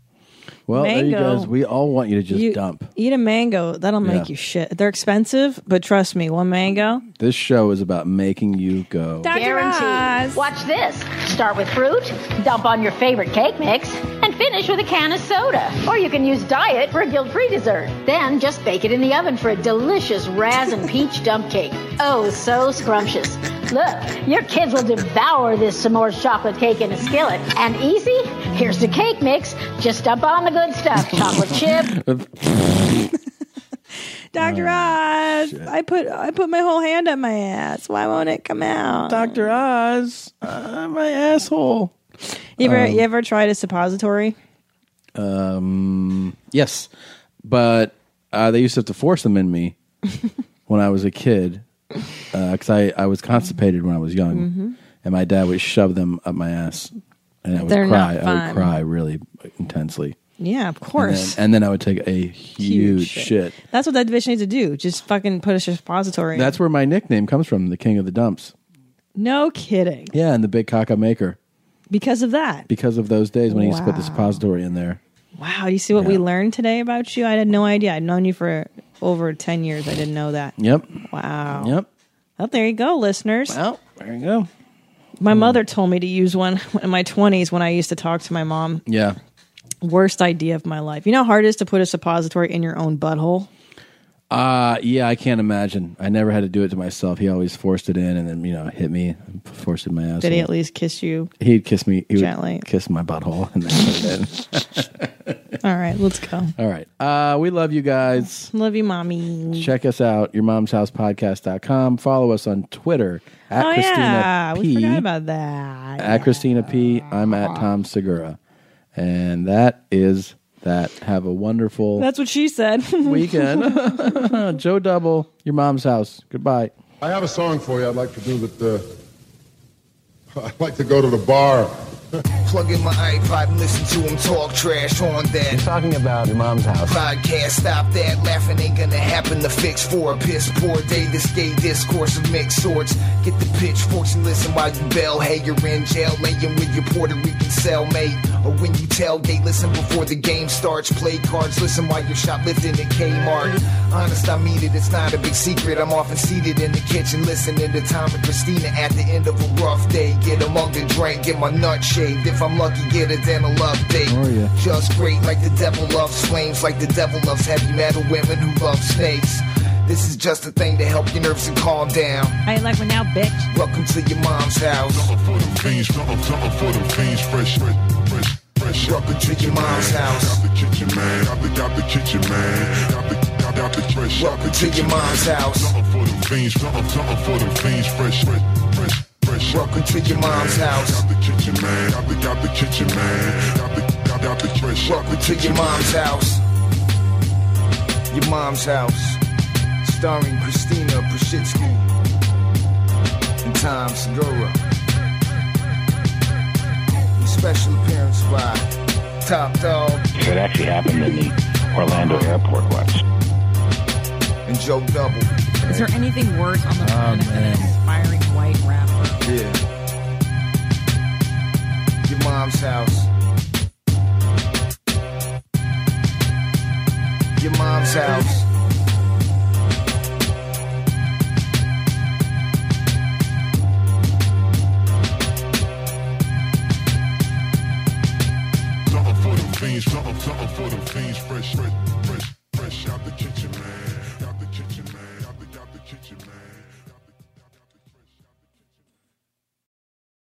S2: Well, there you
S1: Mango.
S2: guys. We all want you to just
S1: You-
S2: dump.
S1: Eat a mango. That'll make
S2: Yeah.
S1: you shit. They're expensive, but trust me, one mango.
S2: This show is about making you go.
S16: Guaranteed. Watch this. Start with fruit, dump on your favorite cake mix, and finish with a can of soda. Or you can use diet for a guilt-free dessert. Then just bake it in the oven for a delicious raisin peach dump cake. Oh, so scrumptious. Look, your kids will devour this s'mores chocolate cake in a skillet. And easy? Here's the cake mix. Just dump on the good stuff. Chocolate chip,
S2: Oh,
S1: Dr. Oz, I put I put my whole hand up my ass. Why won't it come out?
S2: Dr. Oz, uh, my asshole.
S1: You ever
S2: Um,
S1: you ever tried a suppository?
S2: Um, yes, but uh, they used to have to force them in me when I was a kid because I, I was constipated when I was young,
S1: Mhm.
S2: and my dad would shove them up my ass, and I would
S1: They're
S2: cry.
S1: not
S2: I
S1: fun.
S2: would cry really intensely.
S1: Yeah, of course.
S2: and then, and then I would take a huge, shit.
S1: That's what that bitch needs to do. Just fucking put a suppository. in.
S2: That's where my nickname comes from, the King of the Dumps.
S1: no kidding.
S2: Yeah, and the Big Caca Maker
S1: Because of that.
S2: because of those days when he used to put the
S1: Wow.
S2: suppository in there.
S1: Wow, you see what we learned today about you? I had no idea. I'd known you for over 10 years. I didn't know that.
S2: Yep.
S1: Wow.
S2: Yep.
S1: Well, there you go, listeners.
S2: Well, there you go.
S1: My mother told me to use one in my 20s when I used to talk to my mom.
S2: Yeah.
S1: Worst idea of my life. You know how hard it is to put a suppository in your own butthole?
S2: Uh yeah, I can't imagine. I never had to do it to myself. He always forced it in and then, you know, hit me, and forced it in my ass.
S1: Did he at least kiss you?
S2: He'd kiss me. He
S1: Gently.
S2: would kiss my butthole and then put it
S1: All right, let's go.
S2: in. All right. Uh we love you guys.
S1: Love you, mommy.
S2: Check us out, your mom's house podcast.com. Follow us on Twitter at
S1: oh,
S2: Christina
S1: yeah.
S2: P.
S1: We forgot about that.
S2: at Christina P. I'm at Tom Segura. And that is that. Have a wonderful
S1: That's what she said.
S2: weekend. Joe Double, your mom's house. Goodbye.
S13: I have a song for you I'd like to do that. Uh, I'd like to go to the bar
S17: Plug in my iPod and listen to him talk trash on that. You're
S14: talking about your mom's house.
S17: Podcast, stop that. Laughing ain't gonna happen. The fix for a piss poor day. This gay discourse of mixed sorts. Get the pitchforks and listen while you bell. Hey, you're in jail. Laying with your Puerto Rican cellmate. Or when you tailgate, listen before the game starts. Play cards, listen while you're shoplifting at Kmart. Honest, I mean it. It's not a big secret. I'm often seated in the kitchen listening to Tom and Christina at the end of a rough day. Get a mug to drink, get my nut shaved. If I'm lucky, get a dental update. Just great, like the devil loves flames, like the devil loves heavy metal women who love snakes. This is just a thing to help your nerves and calm down.
S1: I ain't like one now, bitch.
S17: Welcome to your mom's house.
S3: Fiends, nothing, nothing for them fiends, fresh, fresh, fresh, fresh. Out the kitchen, mom's house. Out the kitchen, man. Out the, out the kitchen, man. Out the, out, out the fresh. Welcome to your mom's house. Nothing for them fiends, nothing, nothing for them fiends, fresh, fresh, fresh. Fresh Welcome to your mom's house. Out the kitchen, man. Out the, out the kitchen, man. Out the, out, out the fresh. Welcome
S17: to your mom's house. Your mom's house. Starring Christina Prashitsky and Tom Segura. With special appearance by Top Dog
S18: If it actually happened in the Orlando airport once.
S17: and Joe Double.
S19: Is there anything worse on the planet than an aspiring white rapper?
S17: Yeah. Your mom's house. Your mom's house.
S3: Nothing for them fiends, nothing, nothing for them fiends, fresh, fresh, fresh, fresh out the kitchen.